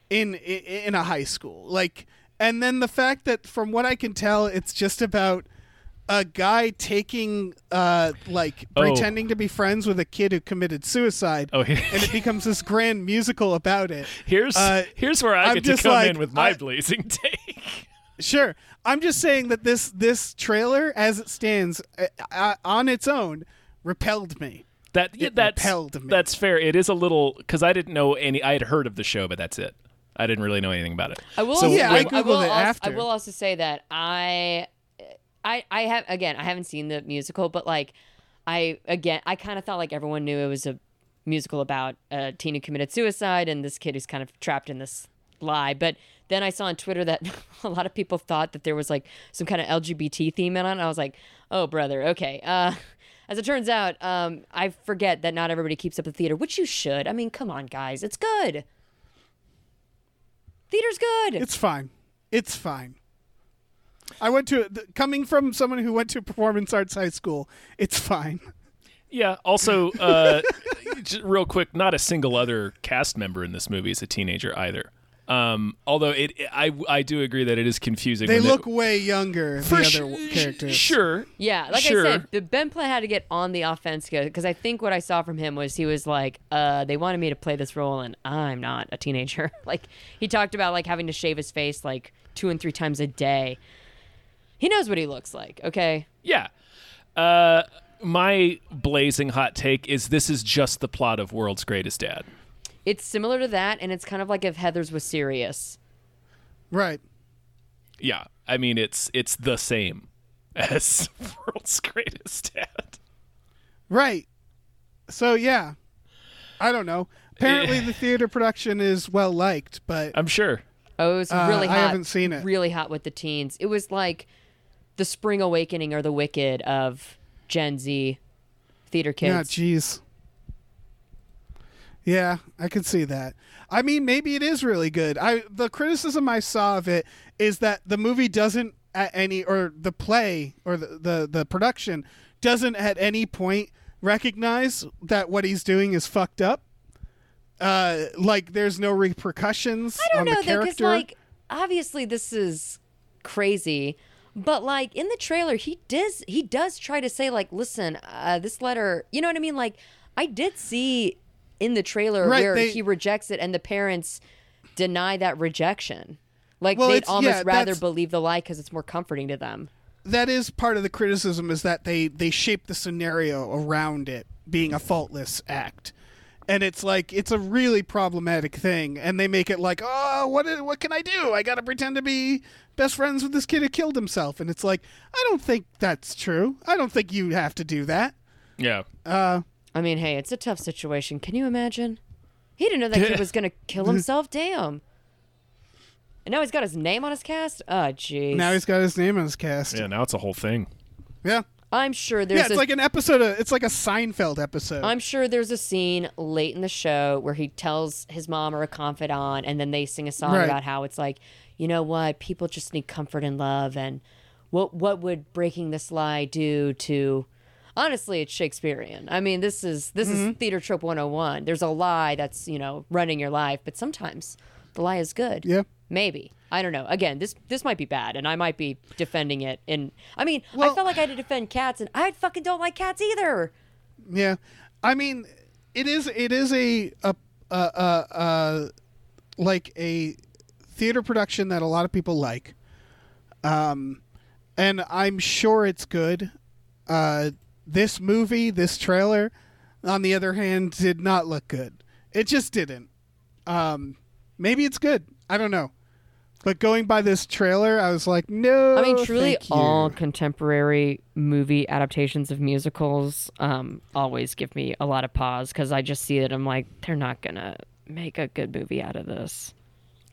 C: in i- in a high school. Like and then the fact that from what I can tell it's just about a guy taking uh like
A: Oh.
C: pretending to be friends with a kid who committed suicide
A: Oh, he-
C: and it becomes this grand musical about it.
A: Here's
C: Uh,
A: here's where I
C: I'm
A: get to
C: just
A: come
C: like,
A: in with my
C: I-
A: blazing take.
C: Sure. I'm just saying that this this trailer, as it stands uh, uh, on its own, repelled me.
A: That yeah, that's
C: repelled me.
A: that's fair. It is a little because I didn't know any. I had heard of the show, but that's it. I didn't really know anything about it.
D: I will.
A: So
D: also,
C: Yeah, I
D: will
C: Googled it
D: also,
C: after.
D: I will also say that I, I, I have again. I haven't seen the musical, but like, I again, I kind of thought like everyone knew it was a musical about a teen who committed suicide and this kid who's kind of trapped in this lie. But then I saw on Twitter that a lot of people thought that there was like some kind of LGBT theme in it. And I was like, oh brother, okay. Uh, as it turns out, um, I forget that not everybody keeps up the theater, which you should. I mean, come on, guys, it's good. Theater's good.
C: It's fine. It's fine. I went to th- coming from someone who went to performance arts high school. It's fine.
A: Yeah. Also, uh, j- real quick, not a single other cast member in this movie is a teenager either. Um, although it, it- I, I do agree that it is confusing.
C: They
A: when
C: look way younger.
A: for
C: the
A: sh-
C: other w-
A: sh-
C: characters.
A: Sure.
D: Yeah, like
A: Sure.
D: I said, the Ben Platt had to get on the offense because I think what I saw from him was he was like, uh, they wanted me to play this role and I'm not a teenager. like he talked about like having to shave his face like two and three times a day. He knows what he looks like, okay?
A: Yeah. Uh, my blazing hot take is this is just the plot of World's Greatest Dad.
D: It's similar to that, and it's kind of like if Heather's was serious.
C: Right.
A: Yeah. I mean, it's it's the same as World's Greatest Dad.
C: Right. So yeah, I don't know. Apparently, the theater production is well liked, but
A: I'm sure.
D: Oh, it was
C: Uh,
D: really
C: I
D: hot.
C: haven't seen it.
D: Really hot with the teens. It was like the Spring Awakening or the Wicked of Gen Z theater
C: yeah,
D: kids.
C: jeez. Yeah, I could see that. I mean, maybe it is really good. I the criticism I saw of it is that the movie doesn't at any or the play or the the, the production doesn't at any point recognize that what he's doing is fucked up. Uh, like there's no repercussions
D: I don't
C: on
D: know
C: the
D: though, because
C: character.
D: like obviously this is crazy, but like in the trailer he does he does try to say like, listen, uh, this letter, you know what I mean? Like I did see in the trailer
C: Right,
D: where
C: they-
D: he rejects it and the parents deny that rejection. Like
C: Well,
D: they'd
C: it's-
D: almost
C: yeah,
D: rather
C: that's-
D: believe the lie because it's more comforting to them.
C: that is part of the criticism is that they they shape the scenario around it being a faultless act and it's like it's a really problematic thing and they make it like oh what i- what can i do i gotta pretend to be best friends with this kid who killed himself and it's like i don't think that's true i don't think you have to do that
A: Yeah.
D: I mean, hey, it's a tough situation. Can you imagine? He didn't know that kid was gonna kill himself. Damn. And now he's got his name on his cast. Oh, jeez.
C: now he's got his name on his cast yeah
A: Yeah. Now it's a whole thing.
C: yeah,
D: I'm sure there's
C: it's
D: a
C: like an episode of, it's like a seinfeld episode
D: I'm sure there's a scene late in the show where he tells his mom or a confidant, and then they sing a song
C: Right.
D: about how it's like, you know what, people just need comfort and love, and what what would breaking this lie do to? Honestly, it's Shakespearean. I mean, this is this
C: Mm-hmm.
D: is theater trope 101. There's a lie that's you know running your life, but sometimes the lie is good.
C: Yeah.
D: Maybe. I don't know. Again, this this might be bad and I might be defending it and I mean, I
C: Well-
D: felt like I had to defend cats and I fucking don't like cats either.
C: Yeah, I mean, it is it is a a a, a, a like a theater production that a lot of people like, um, and I'm sure it's good. Uh, this movie, this trailer, on the other hand, did not look good. It just didn't. Um, maybe it's good. I don't know. But going by this trailer, I was like, no.
D: I mean, truly,
C: Oh, thank you.
D: all contemporary movie adaptations of musicals um, always give me a lot of pause because I just see it. I'm like, they're not gonna make a good movie out of this.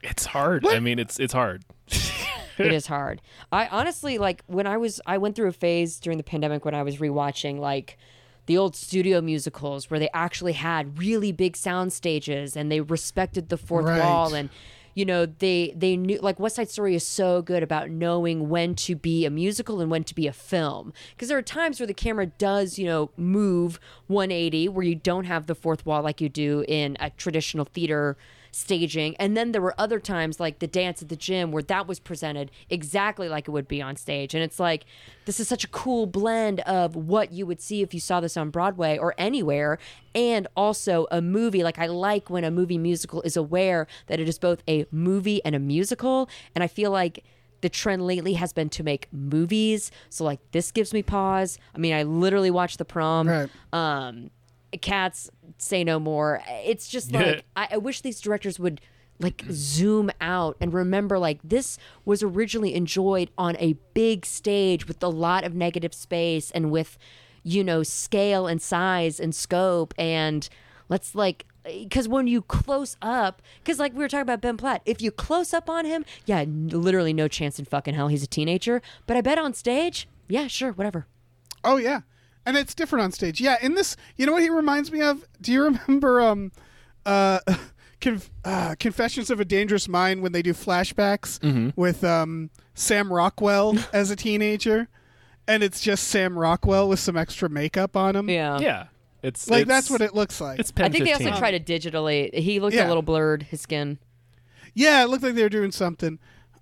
A: It's hard. I mean, it's it's hard.
D: it is hard. I honestly like when I was I went through a phase during the pandemic when I was rewatching like the old studio musicals where they actually had really big sound stages and they respected the fourth
C: Right.
D: wall and you know they they knew like West Side Story is so good about knowing when to be a musical and when to be a film because there are times where the camera does you know move 180 where you don't have the fourth wall like you do in a traditional theater staging and then there were other times like the dance at the gym where that was presented exactly like it would be on stage and it's like this is such a cool blend of what you would see if you saw this on Broadway or anywhere and also a movie like I like when a movie musical is aware that it is both a movie and a musical and I feel like the trend lately has been to make movies so like this gives me pause I mean I literally watched The Prom
C: Right.
D: um cats say no more it's just like I, I wish these directors would like zoom out and remember like this was originally enjoyed on a big stage with a lot of negative space and with you know scale and size and scope and let's like because when you close up because like we were talking about ben platt if you close up on him yeah n- literally no chance in fucking hell he's a teenager but i bet on stage yeah sure whatever
C: Oh yeah, and it's different on stage. Yeah, in this, you know what he reminds me of? Do you remember um, uh, Conf- uh, Confessions of a Dangerous Mind when they do flashbacks
A: Mm-hmm.
C: with um, Sam Rockwell as a teenager, and it's just Sam Rockwell with some extra makeup on him.
D: Yeah.
A: Yeah, it's
C: like
A: it's-
C: that's what it looks like.
A: It's pen
D: I think they
A: 15.
D: also tried to digitally. He looked
C: Yeah.
D: a little blurred, his skin.
C: yeah, it looked like they were doing something.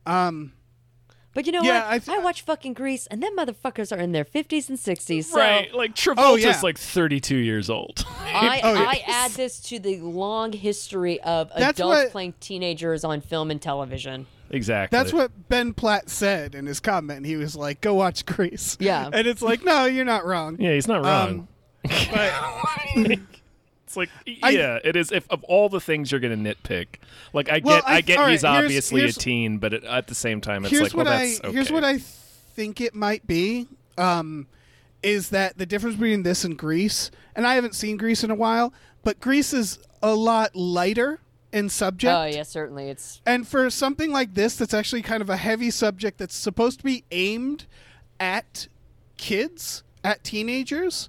C: Um,
D: But you know
C: Yeah,
D: what?
C: I th-
D: I watch fucking Grease, and them motherfuckers are in their 50s and 60s. So
A: right. Like Travolta's
C: Oh, yeah.
A: like 32 years old.
D: I,
C: Oh, yeah.
D: I add this to the long history of
C: That's
D: adults
C: what-
D: playing teenagers on film and television.
A: exactly.
C: that's what Ben Platt said in his comment. He was like, "Go watch Grease."
D: Yeah.
C: and it's like, no, you're not wrong.
A: Yeah, he's not
C: um,
A: wrong. it's like
C: I-
A: yeah, it is. If of all the things you're gonna nitpick, like I
C: Well,
A: get, I,
C: I-
A: get
C: all right,
A: he's
C: here's-
A: obviously
C: here's-
A: a teen, but it, at the same time, it's
C: here's
A: like
C: what
A: well,
C: I
A: that's okay.
C: here's what I think it might be. Um, is that the difference between this and Greece? And I haven't seen Greece in a while, but Greece is a lot lighter in subject.
D: Oh, yeah, certainly. It's
C: And for something like this, that's actually kind of a heavy subject that's supposed to be aimed at kids, at teenagers,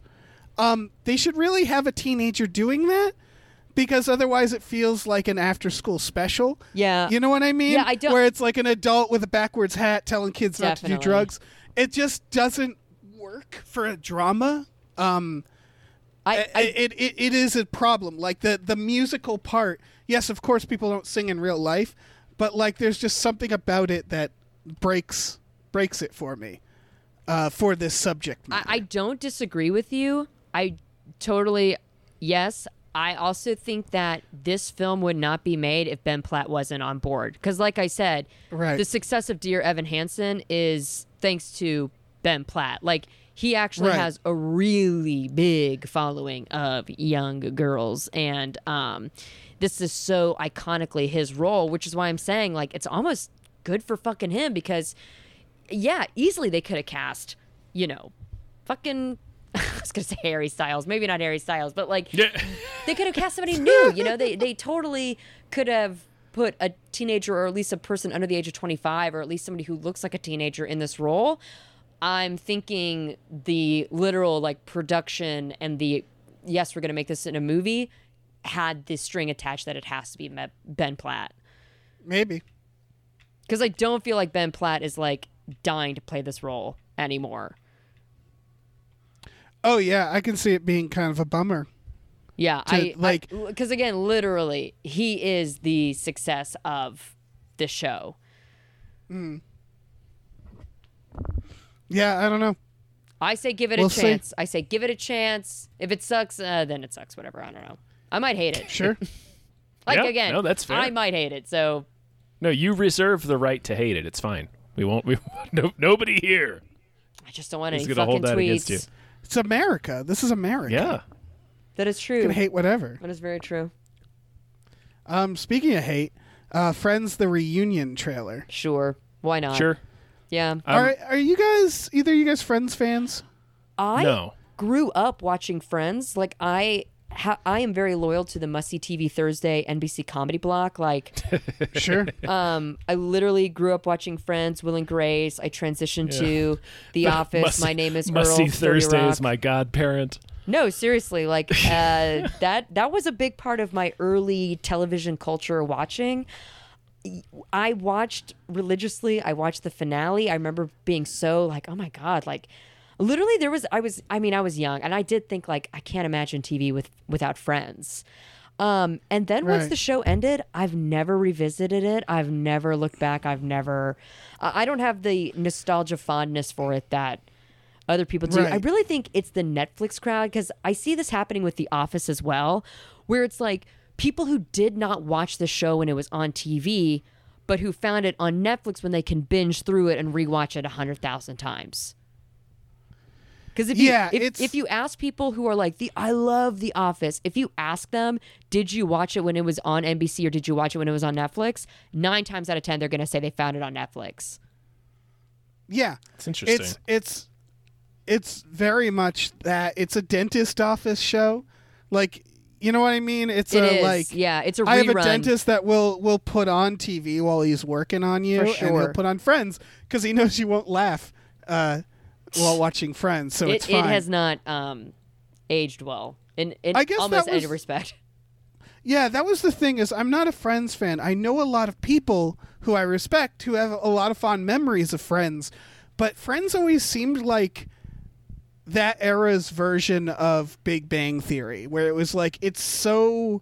C: um, they should really have a teenager doing that because otherwise it feels like an after school special.
D: Yeah.
C: You know what I mean?
D: Yeah, I don't-
C: Where it's like an adult with a backwards hat telling kids not to
D: Definitely.
C: do drugs. It just doesn't work for a drama. Um,
D: I, I
C: it, it, it is a problem. Like the, the musical part, yes, of course, people don't sing in real life, but like there's just something about it that breaks breaks it for me uh, for this subject
D: I,
C: matter.
D: I don't disagree with you. I totally, yes. I also think that this film would not be made if Ben Platt wasn't on board. Because, like I said,
C: Right.
D: the success of Dear Evan Hansen is thanks to Ben Platt. Like, he actually
C: Right.
D: has a really big following of young girls. And um, this is so iconically his role, which is why I'm saying, like, it's almost good for fucking him because yeah, easily they could have cast, you know, fucking. I was gonna say Harry Styles, maybe not Harry Styles, but like
A: Yeah.
D: they could have cast somebody new. You know, they they totally could have put a teenager or at least a person under the age of twenty five or at least somebody who looks like a teenager in this role. I'm thinking the literal like production and the yes, we're gonna make this in a movie had this string attached that it has to be Me- Ben Platt
C: Maybe.
D: because I don't feel like Ben Platt is like dying to play this role anymore.
C: Oh, yeah, I can see it being kind of a bummer.
D: Yeah, I
C: like-
D: like because again, literally, he is the success of the show.
C: Yeah, I don't know.
D: I say give it
C: We'll
D: a
C: see.
D: chance. I say give it a chance. If it sucks, uh, then it sucks. Whatever. I don't know. I might hate it.
C: Sure.
D: Like
A: Yeah,
D: again,
A: no, that's fair.
D: I might hate it. So
A: No, you reserve the right to hate it. It's fine. We won't. We no, nobody here
D: I just don't want
A: is
D: any
A: going
D: fucking
A: to hold that
D: tweets.
A: against you.
C: it's America. This is America.
A: Yeah.
D: That is
C: You
D: true.
C: can hate whatever.
D: That is very true.
C: Um, speaking of hate, uh, Friends the reunion trailer.
D: Sure. Why not?
A: Sure.
D: Yeah.
C: are are you guys either you guys Friends fans?
D: I
A: no.
D: grew up watching Friends. Like I, ha- I am very loyal to the Musty TV Thursday NBC comedy block. Like
C: Sure.
D: Um, I literally grew up watching Friends, Will and Grace. I transitioned to The Office.
A: Must-
D: my name is
A: Musty
D: Earl. 30
A: Thursday is
D: Rock.
A: my godparent.
D: No, seriously, like uh, that. That was a big part of my early television culture watching. I watched religiously. I watched the finale. I remember being so like, oh my god, like literally there was I was I mean I was young and I did think like I can't imagine TV with without friends. Um and then once
C: Right.
D: the show ended, I've never revisited it. I've never looked back. I've never I I don't have the nostalgia fondness for it that other people do. I
C: Right.
D: really think it's the Netflix crowd because I see this happening with The Office as well, where it's like people who did not watch the show when it was on TV, but who found it on Netflix when they can binge through it and rewatch it a hundred thousand times. Because if you
C: Yeah,
D: if,
C: it's-
D: if you ask people who are like the I love The Office, if you ask them, did you watch it when it was on NBC or did you watch it when it was on Netflix? Nine times out of ten, they're going to say they found it on Netflix.
C: Yeah.
A: It's interesting.
C: It's it's it's very much that it's a dentist office show. Like you know what I mean? It's
D: It
C: a
D: is,
C: like
D: yeah, it's a
C: I have a
D: rerun.
C: dentist that will will put on TV while he's working on you,
D: For
C: and
D: sure.
C: he'll put on Friends because he knows you won't laugh uh, while watching Friends, so it's
D: it, it
C: fine.
D: has not um, aged well in, in
C: I guess
D: almost
C: that was-
D: any respect.
C: Yeah, that was the thing is I'm not a Friends fan. I know a lot of people who I respect who have a lot of fond memories of Friends, but Friends always seemed like that era's version of Big Bang Theory, where it was like it's so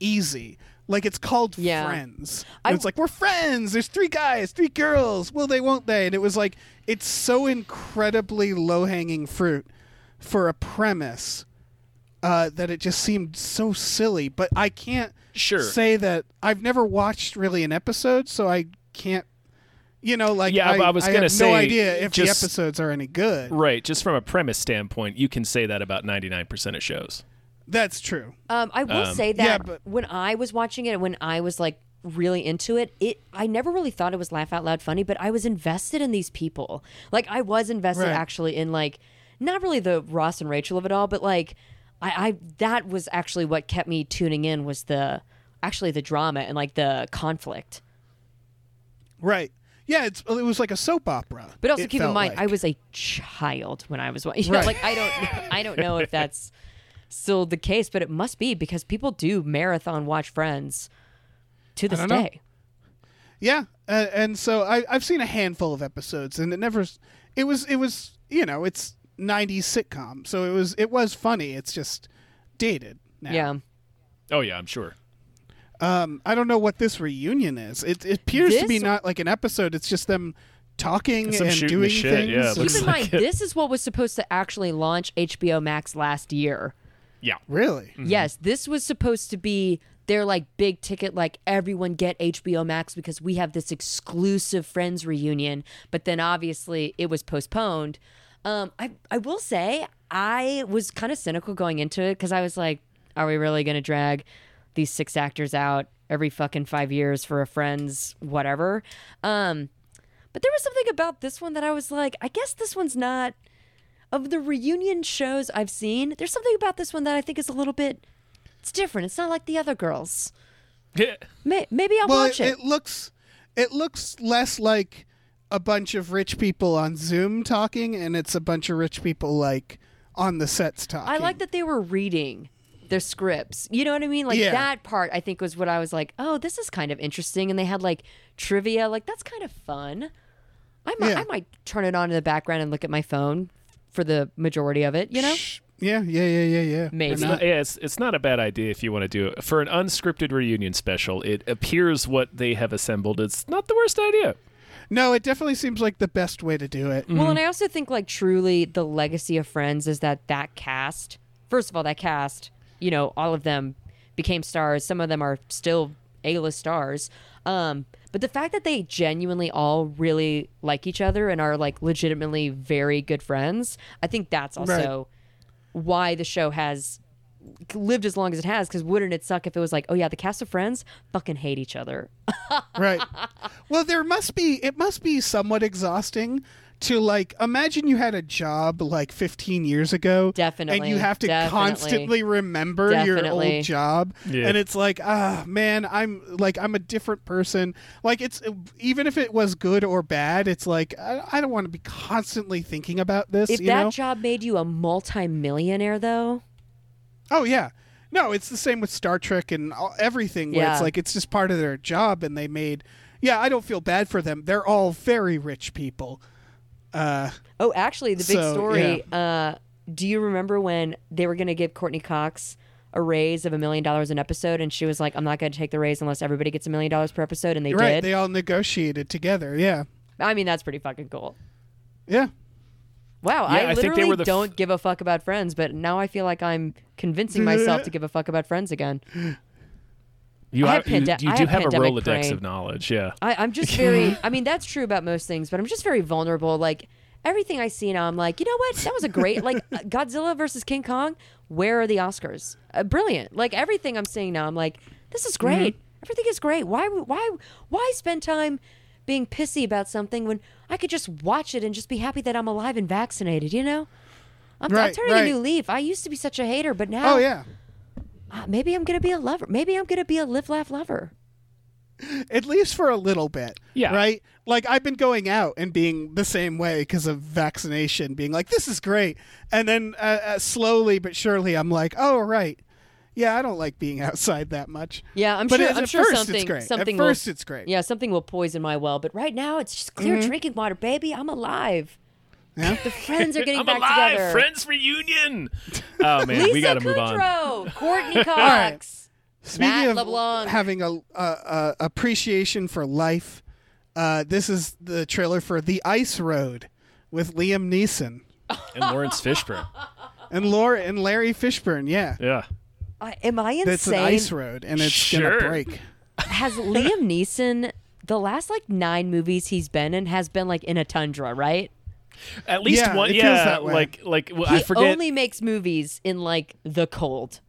C: easy. Like it's called
D: Yeah.
C: Friends.
D: I-
C: And it's like we're friends. There's three guys, three girls. Will they? Won't they? And it was like it's so incredibly low hanging fruit for a premise uh, that it just seemed so silly. But I can't
A: Sure.
C: say that I've never watched really an episode, so I can't. You know, like
A: Yeah,
C: I,
A: I was
C: I
A: gonna
C: have
A: say,
C: no idea if
A: just-
C: the episodes are any good.
A: Right. Just from a premise standpoint, you can say that about 99% of shows.
C: That's true.
D: Um, I will say that
C: yeah, but-
D: when I was watching it, when I was like really into it, it I never really thought it was laugh out loud funny, but I was invested in these people. Like I was invested
C: Right.
D: actually in like not really the Ross and Rachel of it all, but like I, I that was actually what kept me tuning in was the actually the drama and like the conflict.
C: Right. Yeah, it's it was like a soap opera.
D: But also
C: it
D: keep in
C: felt
D: mind,
C: like.
D: I was a child when I was watching. You know,
C: Right.
D: like I don't, I don't know if that's still the case, but it must be because people do marathon watch Friends to this
C: don't know.
D: day.
C: Yeah, uh, and so I, I've seen a handful of episodes, and it never. s- It was it was you know it's '90s sitcom, so it was it was funny. It's just dated. Now.
D: Yeah,
A: Oh, yeah, I'm sure.
C: Um, I don't know what this reunion is. It, it appears to be
D: This-
C: not like an episode. It's just them talking
A: Some
C: and
A: shooting
C: doing
A: the shit,
C: things.
A: yeah, it
C: and-
A: looks
D: keep in
A: like
D: mind,
A: it.
D: this is what was supposed to actually launch HBO Max last year.
A: Yeah.
C: really?
D: Yes, this was supposed to be their like big ticket, like everyone get HBO Max because we have this exclusive Friends reunion. But then obviously it was postponed. Um, I I will say I was kind of cynical going into it because I was like, are we really gonna drag these six actors out every fucking five years for a Friends whatever? Um, but there was something about this one that I was like, I guess this one's not of the reunion shows I've seen, there's something about this one that I think is a little bit. It's different. It's not like the other girls. May- maybe I'll
C: Well,
D: watch
C: it,
D: it.
C: it looks it looks less like a bunch of rich people on Zoom talking, and it's a bunch of rich people like on the sets talking.
D: I like that they were reading their scripts. You know what I mean? Like
C: Yeah.
D: that part, I think was what I was like. Oh, this is kind of interesting. And they had like trivia. Like that's kind of fun. I might,
C: Yeah.
D: I might turn it on in the background and look at my phone for the majority of it. You know?
C: Yeah, yeah, yeah, yeah, yeah.
D: Maybe.
C: Or
A: It's
C: not.
A: not, yeah, it's, it's not a bad idea if you want to do it. For an unscripted reunion special, it appears what they have assembled. It's not the worst idea.
C: No, it definitely seems like the best way to do it.
D: Well, and I also think like truly the legacy of Friends is that that cast. First of all, that cast, you know, all of them became stars. Some of them are still A-list stars. Um, but the fact that they genuinely all really like each other and are like legitimately very good friends, I think that's also why the show has lived as long as it has. Because wouldn't it suck if it was like, oh yeah, the cast of Friends fucking hate each other?
C: Right. well, there must be it must be somewhat exhausting to like imagine you had a job like 15 years ago and
D: Definitely,
C: you have to
D: definitely.
C: constantly remember your
D: Definitely.
C: old job
A: Yeah.
C: and it's like ah man i'm like i'm a different person like it's even if it was good or bad it's like i, I don't want to be constantly thinking about this
D: If
C: you
D: that
C: know
D: job made you a multimillionaire, though.
C: Oh yeah. No, it's the same with Star Trek and all, everything where
D: Yeah.
C: it's like it's just part of their job and they made Yeah, I don't feel bad for them. They're all very rich people. Uh
D: Oh, actually, the big
C: So,
D: story. Uh, do you remember when they were going to give Courtney Cox a raise of a million dollars an episode, and she was like, "I'm not going to take the raise unless everybody gets a million dollars per episode," and they
C: you're right,
D: did.
C: they all negotiated together. Yeah.
D: I mean, that's pretty fucking cool.
C: Yeah.
D: Wow,
A: Yeah, I
D: I
A: think they
D: literally
A: were the f-
D: don't give a fuck about Friends, but now I feel like I'm convincing myself to give a fuck about Friends again.
A: You,
D: I
A: have,
D: had pande-
A: you, you
D: I
A: do
D: had
A: have a
D: pandemic
A: Rolodex
D: brain.
A: of knowledge. Yeah.
D: I, I'm just very. I mean, that's true about most things, but I'm just very vulnerable. Like everything I see now, I'm like, you know what? That was a great. Like uh, Godzilla versus King Kong. Where are the Oscars? Uh, brilliant. Like everything I'm seeing now, I'm like, this
C: Mm-hmm.
D: is great. Everything is great. Why? would- Why? Why spend time being pissy about something when I could just watch it and just be happy that I'm alive and vaccinated? You know. I'm, I'm
C: Right,
D: turning
C: right.
D: a new leaf. I used to be such a hater, but now
C: Oh yeah.
D: uh, maybe I'm gonna be a lover. Maybe I'm gonna be a live, laugh lover.
C: At least for a little bit.
A: Yeah.
C: Right? Like I've been going out and being the same way because of vaccination, being like this is great. And then uh, uh, slowly but surely I'm like, "Oh, right. Yeah, I don't like being outside that much.
D: Yeah, I'm
C: but
D: sure.
C: At,
D: I'm
C: at
D: sure
C: first
D: something.
C: it's great.
D: Something
C: at first
D: will,
C: it's great. Mm-hmm.
D: Yeah, something will poison my well, but right now it's just clear drinking water, baby. I'm alive.
C: Yeah.
D: The friends are getting
A: I'm
D: back
A: alive,
D: together.
A: friends reunion. Oh man,
D: Lisa
A: we got to move on.
D: Kudrow, Courtney Cox.
C: Speaking
D: Matt
C: of
D: LeBlanc.
C: having a, a, a appreciation for life, uh, this is the trailer for The Ice Road with Liam Neeson
A: And Lawrence Fishburne.
C: and Laura and Larry Fishburne. Yeah,
A: Yeah.
D: I, Uh, am I insane?
C: that's an ice road, and it's
A: Sure.
C: gonna break.
D: has Liam Neeson the last like nine movies he's been in has been like in a tundra, right?
A: At least
C: Yeah,
A: one.
C: it
A: yeah.
C: feels that way.
A: Like like well,
D: He
A: I forget.
D: only makes movies in like the cold.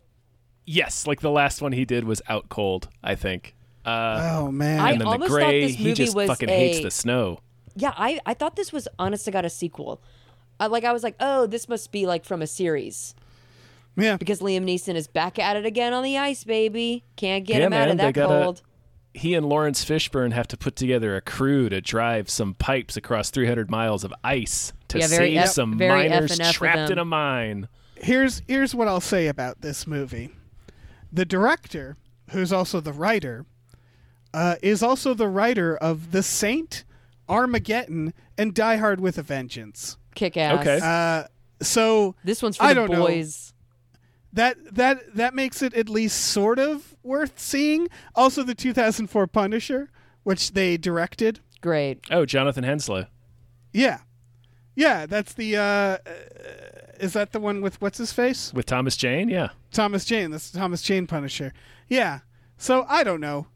A: Yes, like the last one he did was Out Cold. I think. Uh,
C: Oh man,
D: I
A: and then the
D: almost thought
A: gray.
D: this
A: he
D: movie
A: just
D: was
A: fucking hates
D: a-
A: the snow.
D: Yeah, I, I thought this was honest to God a sequel. I, like I was like, oh, this must be like from a series
C: yeah,
D: because Liam Neeson is back at it again on the ice, baby. Can't get
A: Yeah,
D: him out
A: man,
D: of
A: they
D: that
A: gotta-
D: cold.
A: He and Lawrence Fishburne have to put together a crew to drive some pipes across 300 miles of ice to
D: Yeah, very
A: save
D: F-
A: some
D: very
A: miners
D: F and F with
A: trapped in
D: them.
A: a mine.
C: here's here's what I'll say about this movie. The director, who's also the writer, uh, is also the writer of The Saint, Armageddon, and Die Hard with a Vengeance.
D: Kick ass.
A: Okay.
C: So
D: This one's for
C: Uh, I
D: the
C: don't know.
D: boys.
C: that that that makes it at least sort of worth seeing. Also, the 2004 Punisher, which they directed.
D: Great.
A: Oh, Jonathan Henslow.
C: Yeah, yeah, that's the. Uh, uh, is that the one with what's his face?
A: with Thomas Jane. Yeah,
C: Thomas Jane. That's the Thomas Jane Punisher. Yeah. So I don't know.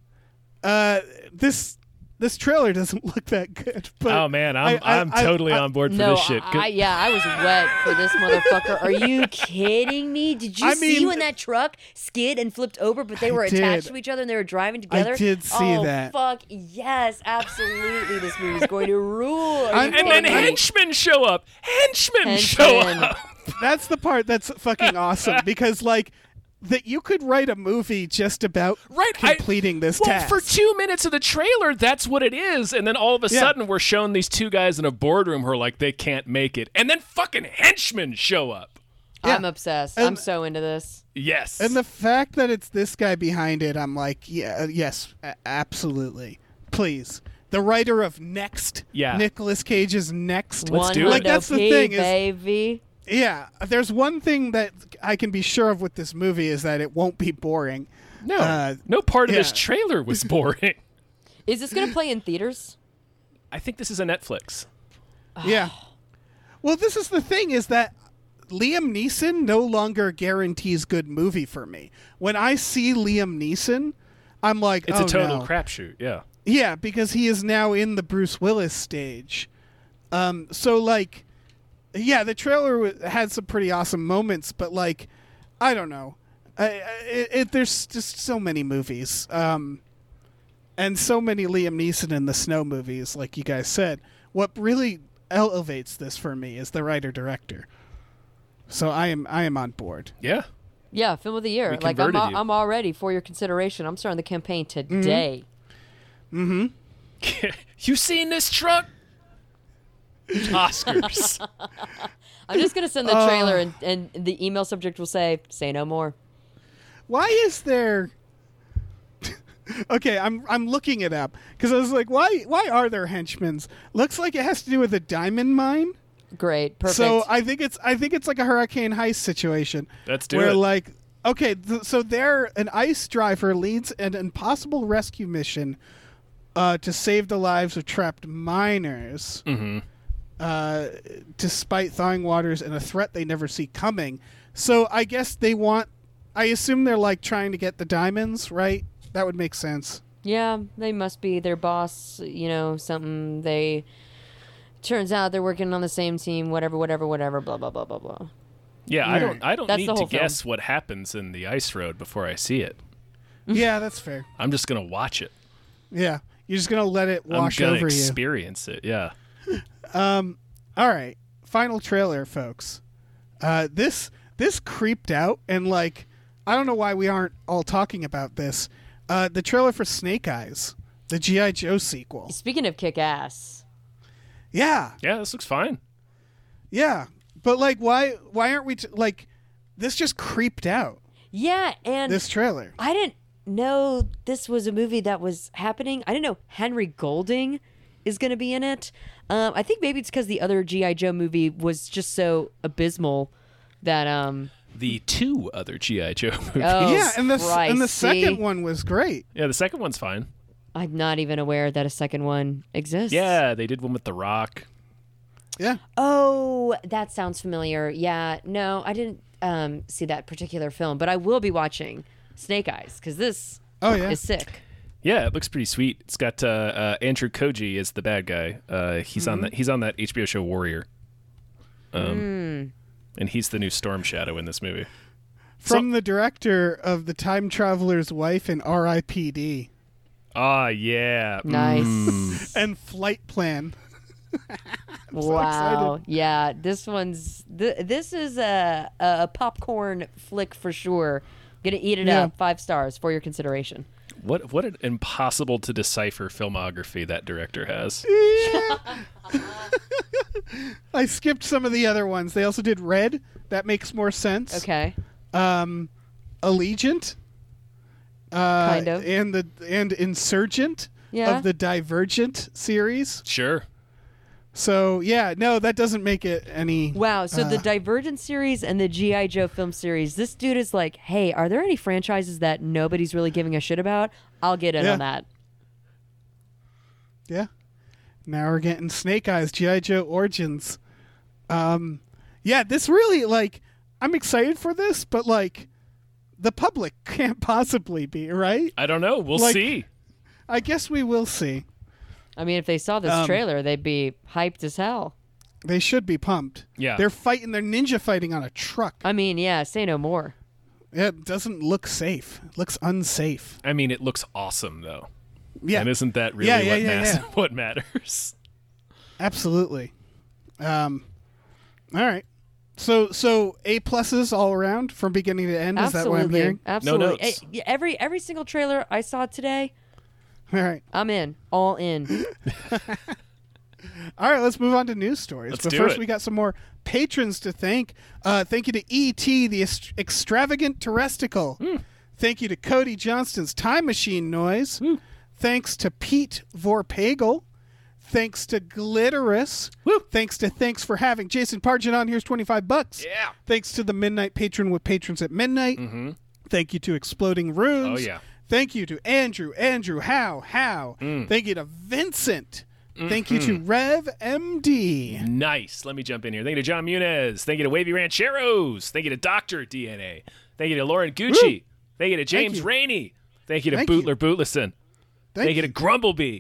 C: Uh, this this trailer doesn't look that good. But
A: oh man, I'm I,
C: Uh, I-
A: am i
C: I-
A: am totally
C: I-
A: on board for
D: no,
A: this shit.
D: I, yeah, I was wet for this motherfucker. Are you kidding me? Did you
C: I
D: see
C: mean-
D: when that truck skid and flipped over, but they
C: I
D: were attached
C: did.
D: to each other and they were driving together?
C: did see
D: oh,
C: that.
D: Fuck yes, absolutely. This movie's going to rule. Are
C: I'm-
D: you
A: and then
D: kidding me?
A: henchmen show up. Henchmen show
D: Henchmen.
A: up.
C: that's the part that's fucking awesome because like that you could write a movie just about
A: Right, I-
C: completing this
A: Well,
C: task.
A: for two minutes of the trailer, that's what it is, and then all of a
C: Yeah.
A: sudden, we're shown these two guys in a boardroom who are like, they can't make it, and then fucking henchmen show up.
D: I'm
C: Yeah.
D: obsessed. I'm
C: And-
D: so into this.
A: Yes,
C: and the fact that it's this guy behind it, I'm like, yeah, uh, yes, a- absolutely, please. The writer of Next,
A: Yeah.
C: Nicholas Cage's Next,
A: Let's
D: One
A: do it.
C: Like, that's the
D: P,
C: thing is-
D: baby.
C: Yeah, there's one thing that I can be sure of with this movie is that it won't be boring.
A: no,
C: uh,
A: no part of this
C: yeah.
A: trailer was boring.
D: Is this gonna play in theaters?
A: I think this is a Netflix.
C: Yeah. Well, this is the thing is that Liam Neeson no longer guarantees good movie for me. When I see Liam Neeson, I'm like,
A: It's
C: oh,
A: a total
C: no.
A: crapshoot. Yeah,
C: Yeah, because he is now in the Bruce Willis stage. Um, so like, yeah, the trailer w- had some pretty awesome moments, but like, I don't know. I, I, it, it, there's just so many movies, um, and so many Liam Neeson in the snow movies, like you guys said. What really elevates this for me is the writer director. So I am I am on board.
A: yeah.
D: Yeah, film of the year.
A: We
D: Like I'm,
A: converted
D: al-
A: you.
D: I'm already for your consideration. I'm starting the campaign today.
A: you seen this truck? Oscars.
D: I'm just gonna send the trailer, and, and the email subject will say, "Say no more."
C: why is there okay i'm i'm looking it up because i was like why why are there henchmen's looks like it has to do with a diamond mine
D: Great, perfect.
C: so i think it's i think it's like a hurricane heist situation
A: Let's do
C: where
A: it.
C: like okay th- so there an ice driver leads an impossible rescue mission uh, to save the lives of trapped miners
A: Mm-hmm.
C: uh, despite thawing waters and a threat they never see coming. So I guess they want. I assume they're like trying to get the diamonds, right? That would make sense.
D: yeah, they must be their boss. You know, something they. Turns out they're working on the same team. Whatever, whatever, whatever. Blah blah blah blah blah.
A: Yeah, I don't. I don't
D: That's
A: need
D: the
A: to
D: whole film.
A: guess what happens in the ice road before I see it.
C: yeah, that's fair.
A: I'm just gonna watch it.
C: Yeah, you're just gonna let it wash
A: I'm gonna
C: over you.
A: experience it. Yeah.
C: All right, final trailer, folks. Uh, this this creeped out, and like I don't know why we aren't all talking about this. Uh, the trailer for Snake Eyes, the GI Joe sequel.
D: Speaking of kick ass,
C: Yeah,
A: Yeah, this looks fine.
C: Yeah, but like, why? Why aren't we t- like? This just creeped out.
D: Yeah, and
C: This trailer.
D: I didn't know this was a movie that was happening. I didn't know Henry Golding is going to be in it. Um, I think maybe it's because the other GI Joe movie was just so abysmal that um
A: The two other GI Joe movies.
D: oh
C: yeah, and the s-
D: Christ,
C: and the
D: see?
C: second one was great.
A: Yeah, the second one's fine.
D: I'm not even aware that a second one exists.
A: Yeah, they did one with The Rock.
C: Yeah.
D: Oh, that sounds familiar. Yeah. No, I didn't um see that particular film, but I will be watching Snake Eyes because this
C: Oh, yeah.
D: is sick.
A: Yeah, it looks pretty sweet. It's got uh, uh, Andrew Koji is the bad guy. Uh, he's on
C: Mm-hmm.
A: that. He's on that HBO show Warrior.
C: Mm.
A: Um, and he's the new Storm Shadow in this movie.
C: From the director of The Time Traveler's Wife and R.I.P.D.
A: Ah, yeah. Mm.
D: Nice.
C: and Flight Plan.
D: wow. Yeah, this one's th- this is a a popcorn flick for sure. Gonna eat it
C: Yeah.
D: up. Five stars for your consideration.
A: What what an impossible to decipher filmography that director has.
C: I skipped some of the other ones. They also did Red. That makes more sense.
D: Okay.
C: Um, Allegiant. Uh,
D: Kind of.
C: And the and Insurgent
D: Yeah.
C: of the Divergent series.
A: Sure.
C: So yeah, no, that doesn't make it any.
D: Wow. So
C: Uh.
D: the Divergent series and the GI Joe film series. This dude is like, hey, are there any franchises that nobody's really giving a shit about? I'll get in
C: Yeah.
D: on that.
C: Yeah. Now we're getting Snake Eyes GI Joe Origins. Um, yeah, this really like I'm excited for this, but like the public can't possibly be right.
A: I don't know. We'll
C: Like-
A: see.
C: I guess we will see.
D: I mean, if they saw
C: Um,
D: this trailer, they'd be hyped as hell.
C: They should be pumped.
A: Yeah.
C: They're fighting, they're ninja fighting on a truck.
D: I mean, yeah, say no more.
C: Yeah, It doesn't look safe. It looks unsafe.
A: I mean, it looks awesome though.
C: Yeah.
A: And isn't that really
C: Yeah, yeah,
A: what,
C: yeah,
A: mas-
C: yeah.
A: what matters?
C: Absolutely. Um All right. So so A pluses all around from beginning to end,
D: Absolutely.
C: is that what I'm hearing?
D: Absolutely.
A: notes.
D: Eh, Every every single trailer I saw today,
C: All right.
D: I'm in. All in.
C: All right, let's move on to news stories.
A: Let's
C: but
A: do
C: first,
A: it.
C: we got some more patrons to thank. Uh, thank you to ET, the est- extravagant terresticle.
A: Hmm.
C: Thank you to Cody Johnston's time machine noise. Thanks to Pete Vorpagel. Thanks to Glitterous. Thanks to thanks for having Jason Pargin on. Here's twenty five bucks.
A: Yeah. Mm-hmm.
C: Thanks to the midnight patron with patrons at midnight. Thank you to Exploding Runes.
A: Oh, yeah.
C: Thank you to Andrew, Andrew, how, how.
A: Mm.
C: Thank you to Vincent. Thank you to
A: Mm-hmm.
C: Rev MD.
A: Nice. Let me jump in here. Thank you to John Munez. Thank you to Wavy Rancheros. Thank you to Doctor DNA. Thank you to Lauren Gucci. Thank you to James
C: you.
A: Rainey. Thank you to
C: Thank you.
A: Bootler Bootlesson. Thank,
C: Thank
A: you to
C: you.
A: Grumblebee.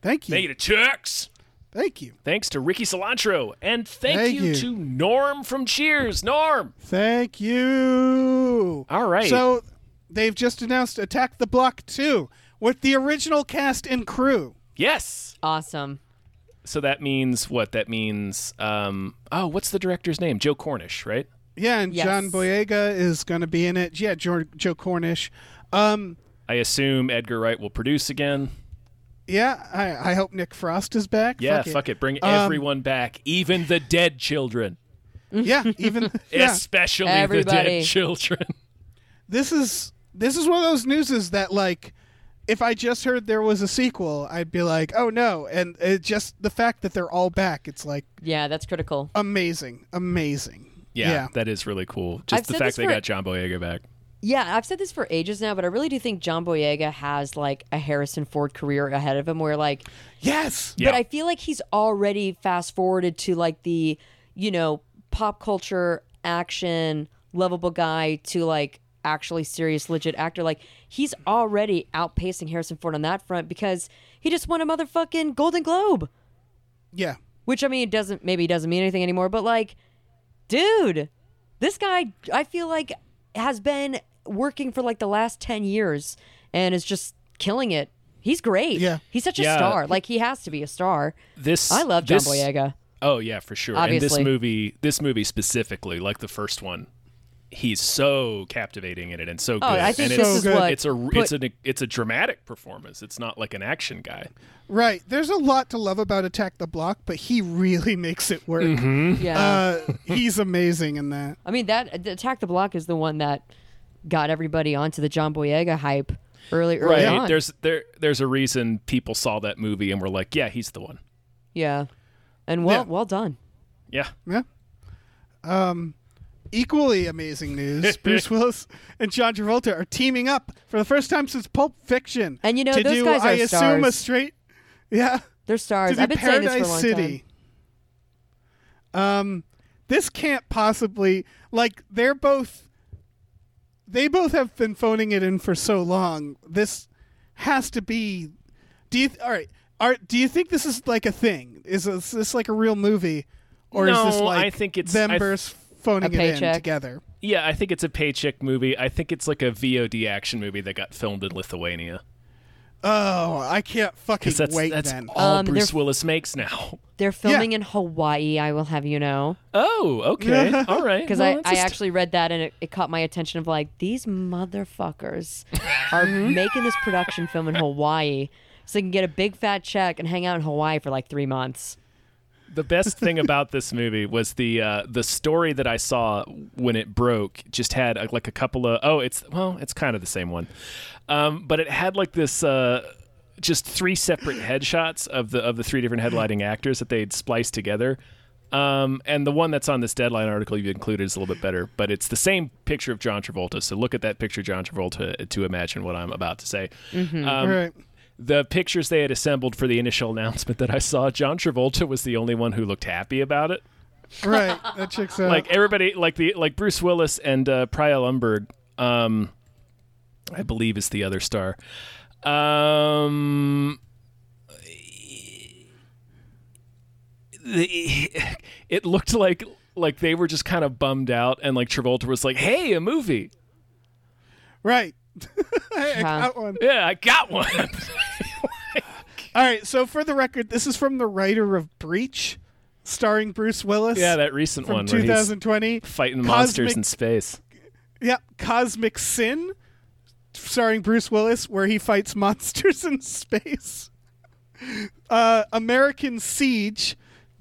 C: Thank
A: Thank you to
C: you.
A: Turks.
C: Thank you.
A: Thanks to Ricky Cilantro. And thank,
C: Thank
A: you,
C: you.
A: to Norm from Cheers. Norm.
C: Thank you.
A: All right.
C: So they've just announced Attack the Block 2 with the original cast and crew.
A: Yes.
D: awesome.
A: So that means what? That means um oh, what's the director's name? Joe Cornish, right?
C: Yeah, and
D: Yes.
C: John Boyega is going to be in it. Yeah, Joe, Joe Cornish. Um,
A: I assume Edgar Wright will produce again.
C: yeah, I, I hope Nick Frost is back.
A: Yeah,
C: fuck it.
A: Bring
C: Um,
A: everyone back, even the dead children.
C: Yeah, even yeah.
A: Especially the
D: Everybody.
A: dead children.
C: this is this is one of those newses that like if I just heard there was a sequel, I'd be like, "Oh no!" And it just the fact that they're all back, it's like
D: Yeah, that's critical.
C: amazing, amazing.
A: Yeah, that is really cool. Just
D: I've
A: the
D: said
A: fact
D: this
A: they
D: for-
A: got John Boyega back.
D: Yeah, I've said this for ages now, but I really do think John Boyega has like a Harrison Ford career ahead of him where like
C: yes,
A: Yeah.
D: but I feel like he's already fast forwarded to like the, you know, pop culture action lovable guy to like actually serious legit actor. Like he's already outpacing Harrison Ford on that front because he just won a motherfucking Golden Globe.
C: yeah,
D: Which I mean, it doesn't maybe it doesn't mean anything anymore, but like, dude, this guy I feel like has been working for like the last ten years and is just killing it. He's great.
C: Yeah.
D: he's such a
A: Yeah.
D: star. Like he has to be a star.
A: This
D: I love John
A: this-
D: Boyega.
A: Oh yeah, for sure. And
D: Obviously.
A: this movie, this movie specifically, like the first one, he's so captivating in it and so good.
D: Oh, I think
A: and it's,
C: this is So good.
D: what
A: it's a
D: put-
A: it's a it's a dramatic performance. It's not like an action guy.
C: right. There's a lot to love about Attack the Block, but he really makes it work.
D: Yeah,
C: Uh, he's amazing in that.
D: I mean that the Attack the Block is the one that got everybody onto the John Boyega hype early, early
A: Right.
D: on.
A: There's there there's a reason people saw that movie and were like, yeah, he's the one.
D: yeah, and well,
C: Yeah.
D: well done.
A: Yeah.
C: Yeah. Um, equally amazing news: Bruce Willis and John Travolta are teaming up for the first time since Pulp Fiction.
D: And you know,
C: to
D: those
C: do,
D: guys are
C: I assume a
D: stars.
C: straight, yeah,
D: They're
C: to
D: stars.
C: do
D: I've been saying this for a
C: Paradise
D: long
C: City.
D: time.
C: Um, this can't possibly like they're both. They both have been phoning it in for so long. This has to be. Do you all right? Are do you think this is like a thing? Is this, this like a real movie, or
A: No,
C: is this like
A: I think it's-
C: them
A: I th-
C: versus phoning
D: A
C: it in
D: paycheck.
C: together?
A: Yeah, I think it's a paycheck movie. I think it's like a VOD action movie that got filmed in Lithuania.
C: Oh, I can't fucking
A: Because that's
C: wait
A: that's
C: then.
A: all
D: Um,
A: Bruce
D: they're-
A: Willis makes now.
D: They're filming in Hawaii. I will have you know,
A: Oh, okay, all right.
D: because
A: Well,
D: I,
A: that's
D: I
A: a st-
D: actually read that and it, it caught my attention. Of like, these motherfuckers are making this production film in Hawaii, so they can get a big fat check and hang out in Hawaii for like three months.
A: the best thing about this movie was the uh, the story that I saw when it broke. Just had uh, like a couple of oh, it's well, it's kind of the same one, um, but it had like this. Uh, just three separate headshots of the of the three different headlining actors that they'd spliced together. Um, and the one that's on this deadline article you included is a little bit better, but it's the same picture of John Travolta. So look at that picture of John Travolta to imagine what I'm about to say. Um,
C: all right.
A: the pictures they had assembled for the initial announcement that I saw, John Travolta was the only one who looked happy about it.
C: Uh-huh. right. That checks out.
A: Like everybody, like the like Bruce Willis and uh, Priya Lumberg, um, I believe is the other star. Um, the, it looked like like they were just kind of bummed out, and like Travolta was like, "Hey, a movie."
C: right. I
D: Yeah.
C: got one.
A: Yeah, I got one.
C: All right. So for the record, this is from the writer of Breach, starring Bruce Willis.
A: yeah, that recent
C: from
A: one where he's
C: 2020.
A: fighting
C: Cosmic-
A: monsters in space.
C: Yeah, Cosmic Sin, starring Bruce Willis, where he fights monsters in space. Uh, American Siege,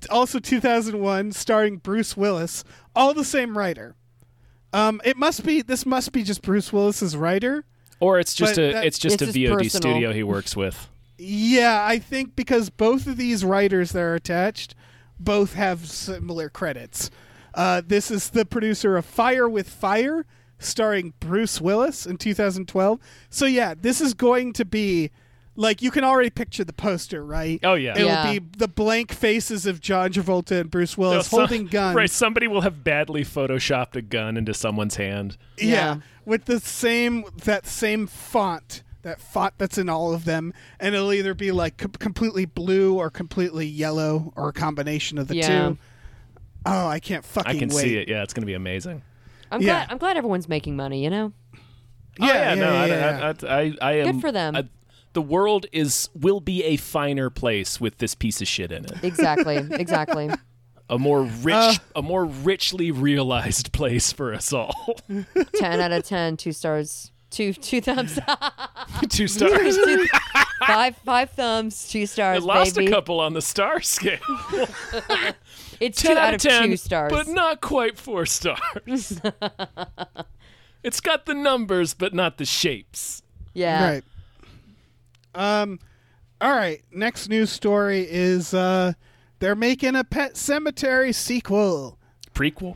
C: also 2001, starring Bruce Willis, all the same writer. Um, it must be this must be just Bruce Willis's writer.
A: Or it's just
C: But
A: a
C: that-
A: it's just
D: It's
A: a
D: just
A: VOD
D: personal.
A: studio he works with.
C: Yeah, I think because both of these writers that are attached both have similar credits. Uh, this is the producer of Fire with Fire, starring Bruce Willis in 2012. So, yeah, this is going to be like you can already picture the poster, right?
A: Oh, yeah.
C: It'll
D: Yeah.
C: be the blank faces of John Travolta and Bruce Willis
A: So-
C: holding guns.
A: Right, somebody will have badly photoshopped a gun into someone's hand.
C: Yeah.
D: Yeah.
C: with the same that same font, that font that's in all of them, and it'll either be like com- completely blue or completely yellow or a combination of the
D: Yeah.
C: two. Oh, I can't fucking
A: I can
C: wait.
A: see it. Yeah, it's going to be amazing.
D: I'm
C: Yeah.
D: glad. I'm glad everyone's making money. You know.
A: Oh,
C: Yeah,
A: no,
C: yeah,
A: I-
C: yeah,
A: I, I, I, I am.
D: for them.
A: I- the world is will be a finer place with this piece of shit in it.
D: Exactly. Exactly.
A: A more rich,
C: Uh.
A: a more richly realized place for us all.
D: ten out of ten. Two stars. Two two thumbs up.
A: Two stars.
D: Two- five five thumbs. Two
A: I
D: stars,
A: lost
D: baby.
A: a couple on the star scale.
D: It's two
A: ten
D: out
A: out
D: of
A: of ten,
D: two stars.
A: but not quite four stars. it's got the numbers, but not the shapes.
D: yeah.
C: Right. Um. All right. Next news story is uh, they're making a Pet Cemetery sequel.
A: Prequel.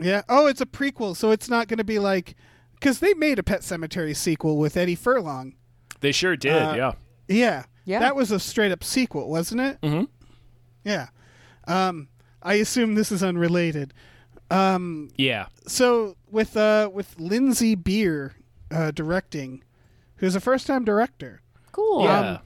C: Yeah. Oh, it's a prequel, so it's not going to be like because they made a Pet Cemetery sequel with Eddie Furlong.
A: They sure did.
C: Uh,
A: yeah.
C: Yeah.
D: Yeah.
C: That was a straight up sequel, wasn't it? Mm-hmm. Yeah. Um, I assume this is unrelated.
A: Yeah.
C: So with uh with Lindsay Beer uh, directing, who's a first time director,
D: Cool.
C: um,
A: yeah.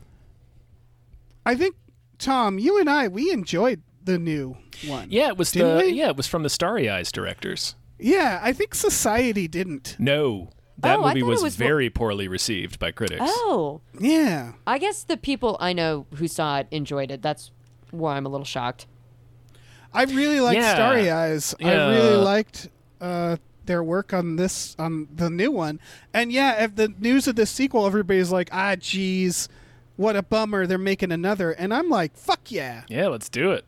C: I think Tom, you and I, we enjoyed the new one.
A: yeah, it was
C: didn't
A: the
C: we?
A: yeah, it was from the Starry Eyes directors.
C: Yeah, I think Society didn't.
A: No. That
D: Oh, I
A: movie
D: thought it
A: was,
D: was mo-
A: very poorly received by critics.
D: Oh,
C: Yeah.
D: I guess the people I know who saw it enjoyed it. That's why I'm a little shocked.
C: I really liked
A: Yeah.
C: Starry Eyes. I
A: Yeah.
C: really liked uh, their work on this on the new one. And yeah, if the news of this sequel, everybody's like, ah, geez, what a bummer. They're making another, and I'm like, fuck yeah,
A: Yeah, let's do it.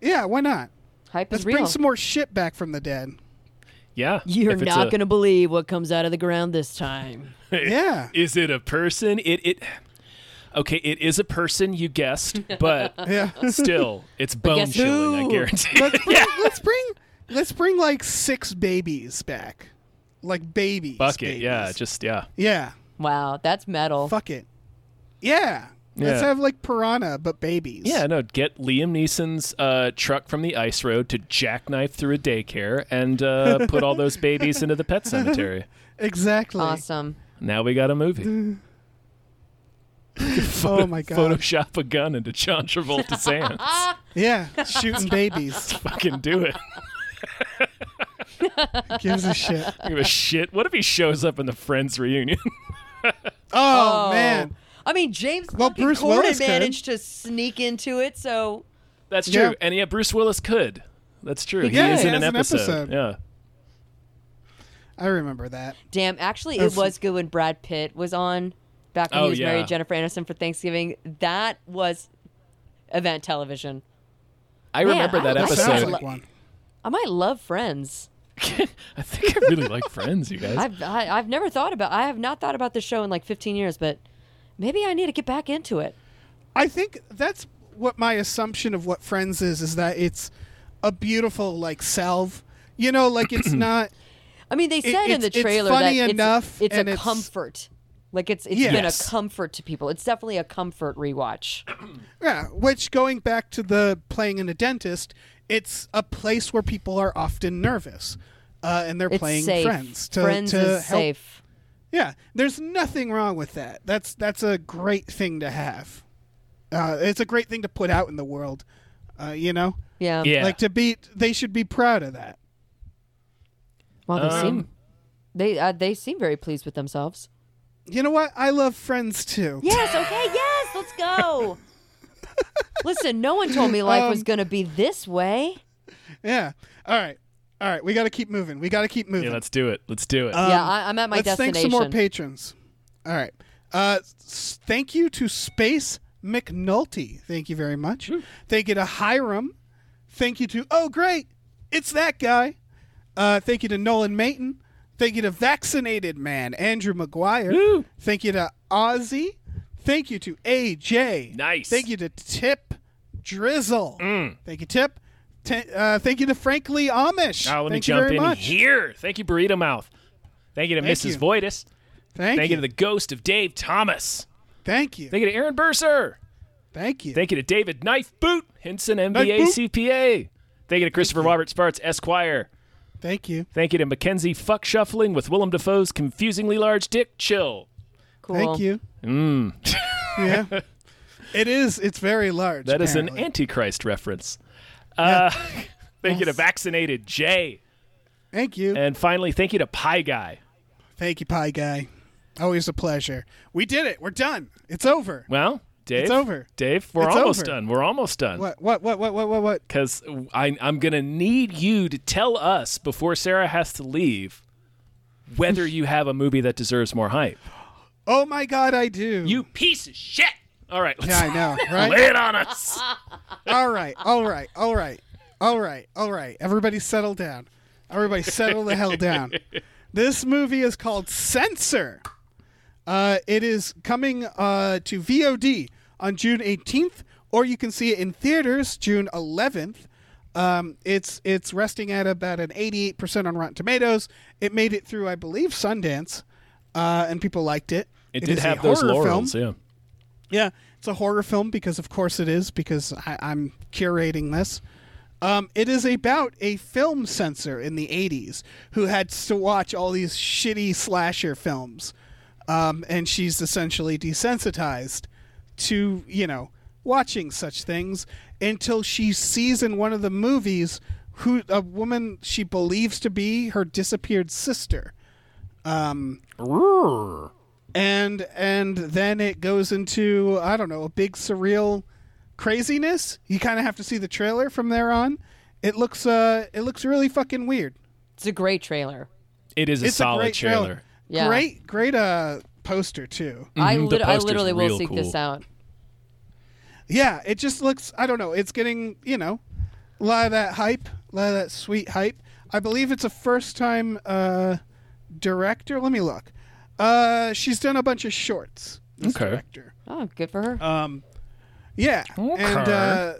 C: yeah, why not?
D: Hype
C: Let's
D: is real.
C: bring some more shit back from the dead.
A: Yeah.
D: You're
A: If it's
D: not
A: a-
D: going to believe what comes out of the ground this time.
C: Yeah.
A: Is it a person? It it. Okay, it is a person. You guessed, but
C: Yeah.
A: still, it's bone
D: guess
A: chilling. I
D: who?
A: guarantee.
C: let's, bring, let's bring let's bring like six babies back. Like babies.
A: Bucket.
C: babies.
A: Yeah. Just yeah.
C: Yeah.
D: Wow, that's metal.
C: Fuck it. Yeah. Let's
A: Yeah.
C: have like piranha but babies.
A: Yeah, no, get Liam Neeson's uh, truck from the ice road to jackknife through a daycare and uh, put all those babies into the pet cemetery.
C: Exactly.
D: Awesome.
A: Now we got a movie.
C: Oh my god.
A: Photoshop a gun into John Travolta's hands.
C: Yeah. Shooting babies.
A: Fucking do it.
C: Gives a shit.
A: I give a shit. What if he shows up in the Friends reunion?
C: Oh, man.
D: I mean, James
C: Well,
D: fucking
C: Bruce
D: Corden
C: Willis could.
D: managed to sneak into it, so
A: That's
C: Yeah.
A: true. And yeah, Bruce Willis could. That's true. He,
C: could.
A: is
C: He
A: in an
C: has an
A: episode.
C: episode.
A: Yeah.
C: I remember that.
D: damn. Actually,
C: That's-
D: it was good when Brad Pitt was on back when
A: Oh,
D: he was married
A: yeah.
D: to Jennifer Aniston for Thanksgiving. That was event television.
A: I
D: Man,
A: remember
D: I
A: that
D: like
C: That
A: episode.
C: sounds
D: Episode.
C: like one.
D: I might love Friends.
A: I think I really like Friends, you guys.
D: I've I, I've never thought about. I have not thought about this show in like 15 years, but maybe I need to get back into it.
C: I think that's what my assumption of what Friends is is that it's a beautiful like salve. You know, like it's not
D: I mean, they said in
C: it's-
D: the
C: it's
D: trailer
C: funny
D: that
C: enough,
D: it's, it's
C: and
D: a
C: it's-
D: comfort. Like it's it's
C: Yeah.
D: been a
A: Yes.
D: comfort to people. It's definitely a comfort rewatch.
C: yeah, which going back to the playing in a dentist, it's a place where people are often nervous. Uh, and they're
D: It's
C: playing
D: safe.
C: friends to,
D: friends
C: to
D: is
C: help.
D: safe.
C: Yeah, there's nothing wrong with that. That's that's a great thing to have. Uh, it's a great thing to put out in the world. Uh, you know,
D: Yeah.
A: yeah.
C: like to be, they should be proud of that.
D: Well, they
A: Um,
D: seem they uh, they seem very pleased with themselves.
C: You know what? I love Friends too.
D: Yes. Okay. Yes. Let's go. Listen, no one told me life
C: Um,
D: was gonna be this way.
C: Yeah. All right. All right. We got to keep moving. We got to keep moving.
A: yeah, let's do it. Let's do it.
C: Um,
D: yeah, I, I'm at my
C: Let's
D: destination.
C: thank some more patrons. All right. Uh, s- thank you to Space McNulty. Thank you very much. Thank you to Hiram. Thank you to oh great, it's that guy. Uh, thank you to Nolan Mayton. Thank you to Vaccinated Man Andrew McGuire.
A: Woo.
C: Thank you to Ozzy. Thank you to AJ.
A: Nice. Mm.
C: Thank you to Tip Drizzle. Thank you Tip. T- uh, thank you to Frankly Amish.
A: Now Ah, Oh, let me
C: thank you
A: jump
C: very
A: in
C: much.
A: here. Thank you, Burrito Mouth. Thank you to
C: Thank
A: Mrs.
C: you.
A: Voitis.
C: Thank,
A: Thank, you. to the ghost of Dave Thomas.
C: Thank you.
A: Thank you to Aaron Burser.
C: Thank you.
A: Thank you to David Knife Boot Henson,
C: Knife
A: MBA,
C: Boot.
A: CPA. Thank you to Christopher Robert Sparts, Esquire.
C: Thank you.
A: Thank you to Mackenzie Fuck Shuffling with Willem Dafoe's confusingly large dick chill.
D: Cool.
C: Thank you. Mm. yeah. It is. It's very large.
A: That is an
C: apparently.
A: Antichrist reference. Uh, thank you to
D: Yes.
A: Vaccinated Jay.
C: Thank you.
A: And finally, thank you to Pie Guy.
C: Thank you, Pie Guy. Always a pleasure. We did it. We're done. It's over.
A: Well, Dave.
C: It's over.
A: Dave, we're
C: It's
A: almost
C: over.
A: done. We're almost done.
C: What? What? What? What? What? What? What?
A: because I'm going to need you to tell us before Sarah has to leave whether you have a movie that deserves more hype.
C: Oh my God! I do.
A: You piece of shit! All right, let's
C: Yeah, I know. Right.
A: lay it on us.
C: all right. All right. All right. All right. All right. Everybody, settle down. Everybody, settle the hell down. This movie is called Censor. Uh, it is coming uh, to VOD on June 18th, or you can see it in theaters June 11th. Um, it's it's resting at about an 88% on Rotten Tomatoes. It made it through, I believe, Sundance, uh, and people liked it.
A: It did
C: is a
A: have those
C: horror
A: laurels,
C: Film. Yeah, it's a horror film because, of course, it is because I, I'm curating this. Um, it is about a film censor in the 80s who had to watch all these shitty slasher films. Um, and she's essentially desensitized to, you know, watching such things until she sees in one of the movies who a woman she believes to be her disappeared sister
A: yeah.
C: and and then it goes into I don't know a big surreal craziness. You kind of have to see the trailer from there on. It looks uh it looks really fucking weird.
D: It's a great trailer.
A: It is a
C: It's
A: solid
C: a great
A: trailer.
D: Yeah.
C: Great great uh poster too.
D: I,
A: Mhm, the
D: lit- I
A: poster's
D: literally
A: real
D: will seek this
A: cool.
D: out.
C: Yeah, it just looks I don't know. It's getting you know a lot of that hype, a lot of that sweet hype. I believe it's a first time uh, director. Let me look. Uh, she's done a bunch of shorts. This
A: Okay.
C: Director.
D: Oh, good for her.
C: Um, yeah. And
A: Okay.
C: uh,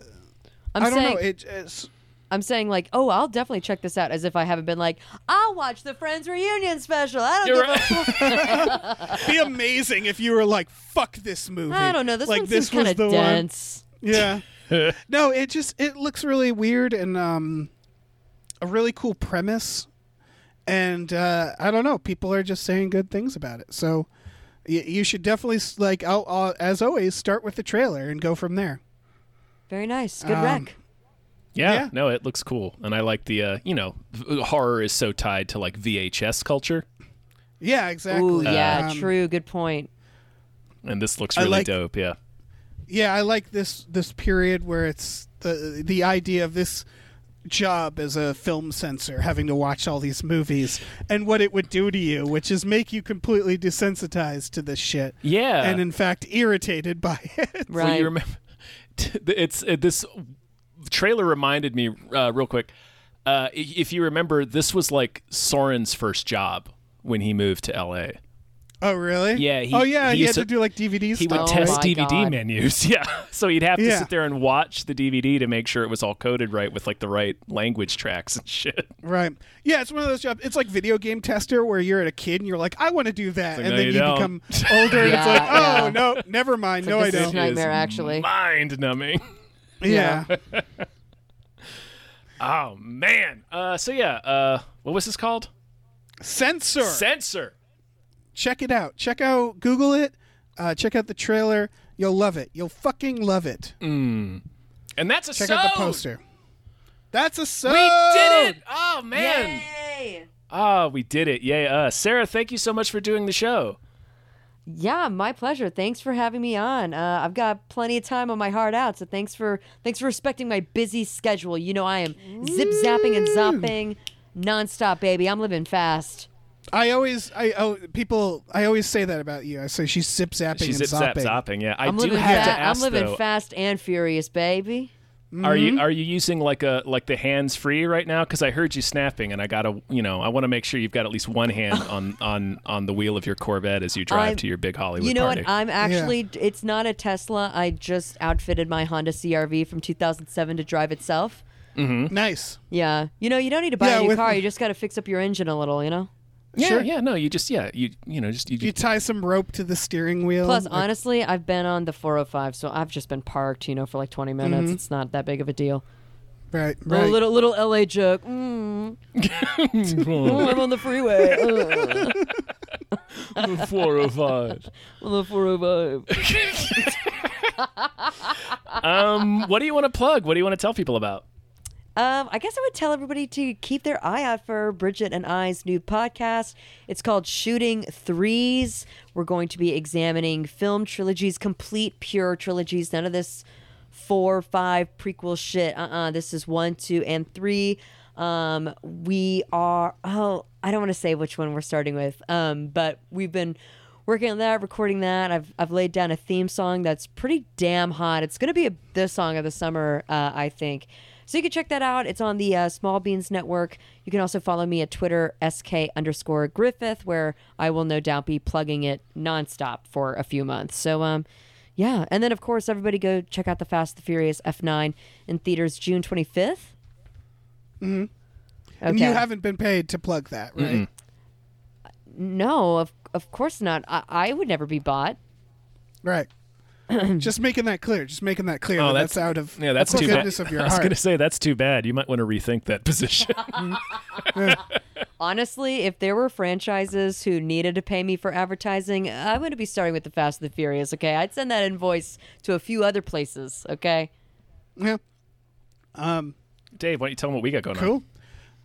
D: I'm
C: I don't
D: saying,
C: know. It, it's
D: I'm saying like, oh, I'll definitely check this out, as if I haven't been like, I'll watch the Friends reunion special. I don't,
A: You're
D: give a-
C: be amazing if you were like, "Fuck this movie."
D: I don't know. This
C: like
D: one
C: this
D: seems kind
C: was
D: of
C: the one.
D: dense.
C: Yeah. no, it just it looks really weird and um, a really cool premise, and uh, I don't know. People are just saying good things about it, so y- you should definitely s- like I'll, I'll, as always start with the trailer and go from there.
D: Very nice. Good
C: Um,
D: rec.
A: Yeah,
C: Yeah.
A: no, it looks cool, and I like the uh, you know v- horror is so tied to like VHS culture,
C: Yeah, exactly.
D: Ooh, yeah,
C: Um,
D: true. Good point.
A: and this looks
C: I
A: really
C: like-
A: dope. Yeah,
C: Yeah, I like this this period where it's the the idea of this job as a film censor having to watch all these movies and what it would do to you, which is make you completely desensitized to this shit.
A: yeah,
C: and in fact irritated by it.
A: Well,
D: Right.
A: you remember, it's uh, this trailer reminded me uh, real quick. Uh, i- if you remember, this was like Soren's first job when he moved to LA.
C: Oh, really?
A: Yeah, he-
C: oh, yeah.
A: he
C: He,
A: used
C: had to,
A: to-
C: do like DVD
A: He
C: stuff.
A: would
D: Oh
A: test
D: my
A: DVD
D: God.
A: menus. Yeah, so he'd have to
C: Yeah.
A: sit there and watch the DVD to make sure it was all coded right with like the right language tracks and shit.
C: Right. Yeah, it's one of those jobs. It's like video game tester where you're a kid and you're like, I want to do that,
A: like,
C: and
A: no,
C: then
A: you
C: you,
A: don't.
C: become older and it's
D: Yeah,
C: like, oh
D: yeah.
C: no, never mind,
D: It's
C: no,
D: like,
C: I
D: this
C: don't.
D: is nightmare. Actually,
A: mind numbing.
C: yeah.
A: Oh man. Uh, so yeah. Uh, what was this called?
C: Censor.
A: Censor.
C: check it out. Check out. Google it. Uh, check out the trailer. You'll love it. You'll fucking love it.
A: And that's a
C: Check
A: Mm. so.
C: out the poster. That's a so.
A: We did it. Oh man.
D: yay!
A: Ah, we did it. Yay us. Sarah, thank you so much for doing the show.
D: Yeah, my pleasure. Thanks for having me on. Uh, I've got plenty of time on my heart out, so thanks for thanks for respecting my busy schedule. You know I am zip zapping
A: Mm.
D: and zopping nonstop, baby. I'm living fast.
C: I always, I oh, people, I always say that about you. I say she's zip zapping
A: She's
C: and
A: zip zap
C: zopping.
A: zopping. Yeah, I
D: I'm
A: do
D: living
A: have
D: fast.
A: to ask
D: I'm living Mm-hmm.
A: though.
D: fast and furious, baby.
A: Are you are you using like a like the hands free right now? Because I heard you snapping, and I gotta you know I want to make sure you've got at least one hand on on on the wheel of your Corvette as you drive
D: I'm-
A: to your big Hollywood
D: You know
A: party.
D: what? I'm actually it's not a Tesla. I just outfitted my Honda CRV from 2007 to drive itself.
A: Hmm?
C: Nice.
D: Yeah. You know, you don't need to buy
C: Yeah,
D: a new
C: with-
D: car. You just got to fix up your engine a little, you know?
A: yeah,
C: sure.
A: yeah. No, you just yeah you you know just you,
C: You tie some rope to the steering wheel.
D: Plus, honestly, I've been on the 405, so I've just been parked, you know, for like 20 minutes. It's not that big of a deal.
C: right,
D: A
C: Mm-hmm. right.
D: little little LA joke. Mm. Oh, I'm on the freeway. Ugh.
A: four or five.
D: on the 405.
A: Um, what do you want to plug? What do you want to tell people about?
D: Um, I guess I would tell everybody to keep their eye out for Bridget and I's new podcast. It's called Shooting Threes. We're going to be examining film trilogies, complete pure trilogies. None of this four, five prequel shit. Uh uh This is one, two, and three. Um, we are, oh, I don't want to say which one we're starting with, um, but we've been working on that, recording that. I've, I've laid down a theme song that's pretty damn hot. It's going to be a, the song of the summer, uh, I think. So you can check that out. It's on the uh, Small Beans Network. You can also follow me at Twitter, sk underscore Griffith, where I will no doubt be plugging it nonstop for a few months. So, um, yeah. And then, of course, everybody go check out the Fast the Furious F9 in theaters June 25th. Mm-hmm. Okay.
C: And you haven't been paid to plug that, right?
D: no, of, of course not. I, I would never be bought.
C: Right. Just making that clear. Just making that clear. that that's, out of
A: yeah. Oh, That's
C: the
A: too bad.
C: goodness of your
A: I was
C: heart.
A: gonna say that's too bad. You might want to rethink that position.
D: Honestly, if there were franchises who needed to pay me for advertising, I wouldn't be starting with the Fast and the Furious, okay? I'd send that invoice to a few other places, okay?
C: Yeah. Um.
A: Dave, why don't you tell them what we got going on?
C: Cool.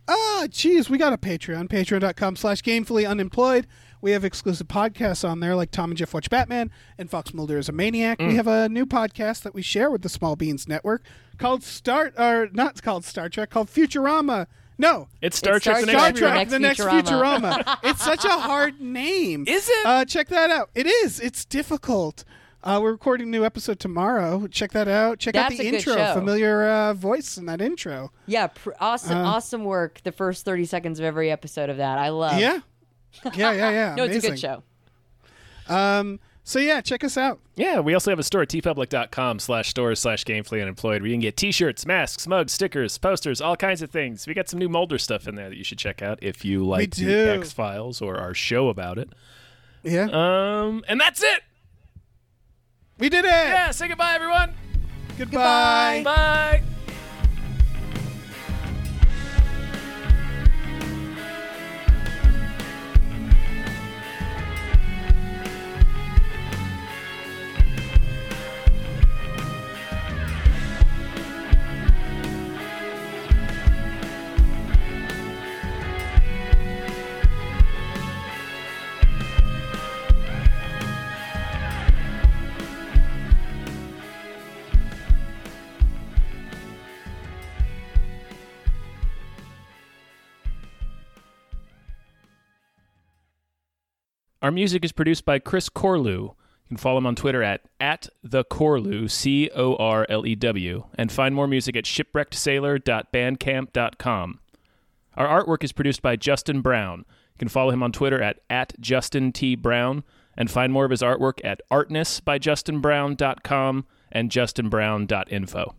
C: Ah, geez, we got a Patreon, patreon.com slash gamefully unemployed. We have exclusive podcasts on there like Tom and Jeff Watch Batman and Fox Mulder is a Maniac.
A: Mm.
C: We have a new podcast that we share with the Small Beans Network called Star, or not called Star Trek, called Futurama. No,
A: It's Star
D: It's
A: Trek:
D: Star
A: The Next
C: Star
D: Trek,
A: Generation.
C: Trek, the next Futurama. it's such a hard name.
A: Is it?
C: Uh, check that out. It is. It's difficult. Uh, we're recording a new episode tomorrow. Check that out. Check
D: That's
C: out the
D: a good
C: intro.
D: show.
C: Familiar uh, voice in that intro.
D: Yeah, pr- awesome,
C: Uh-huh.
D: awesome work. The first thirty seconds of every episode of that, I love.
C: Yeah. Yeah, yeah, yeah.
D: Um, no, it's a
C: Amazing.
D: good show.
C: Um, so yeah, check us out.
A: Yeah, we also have a store at tpublic.com slash stores slash gamefully unemployed where you can get t shirts, masks, mugs, stickers, posters, all kinds of things. We got some new Mulder stuff in there that you should check out if you like
C: do.
A: the X Files or our show about it.
C: Yeah,
D: Uh,
A: Um, and that's it.
C: we did it.
A: Yeah, say goodbye, everyone.
C: Goodbye.
A: Bye. Our music is produced by Chris Corlew. You can follow him on Twitter at, at the Corlew, C O R L E W, and find more music at shipwreckedsailor.bandcamp.com. Our artwork is produced by Justin Brown. You can follow him on Twitter at, at Justin T. Brown and find more of his artwork at artnessbyjustinbrown.com and justinbrown.info.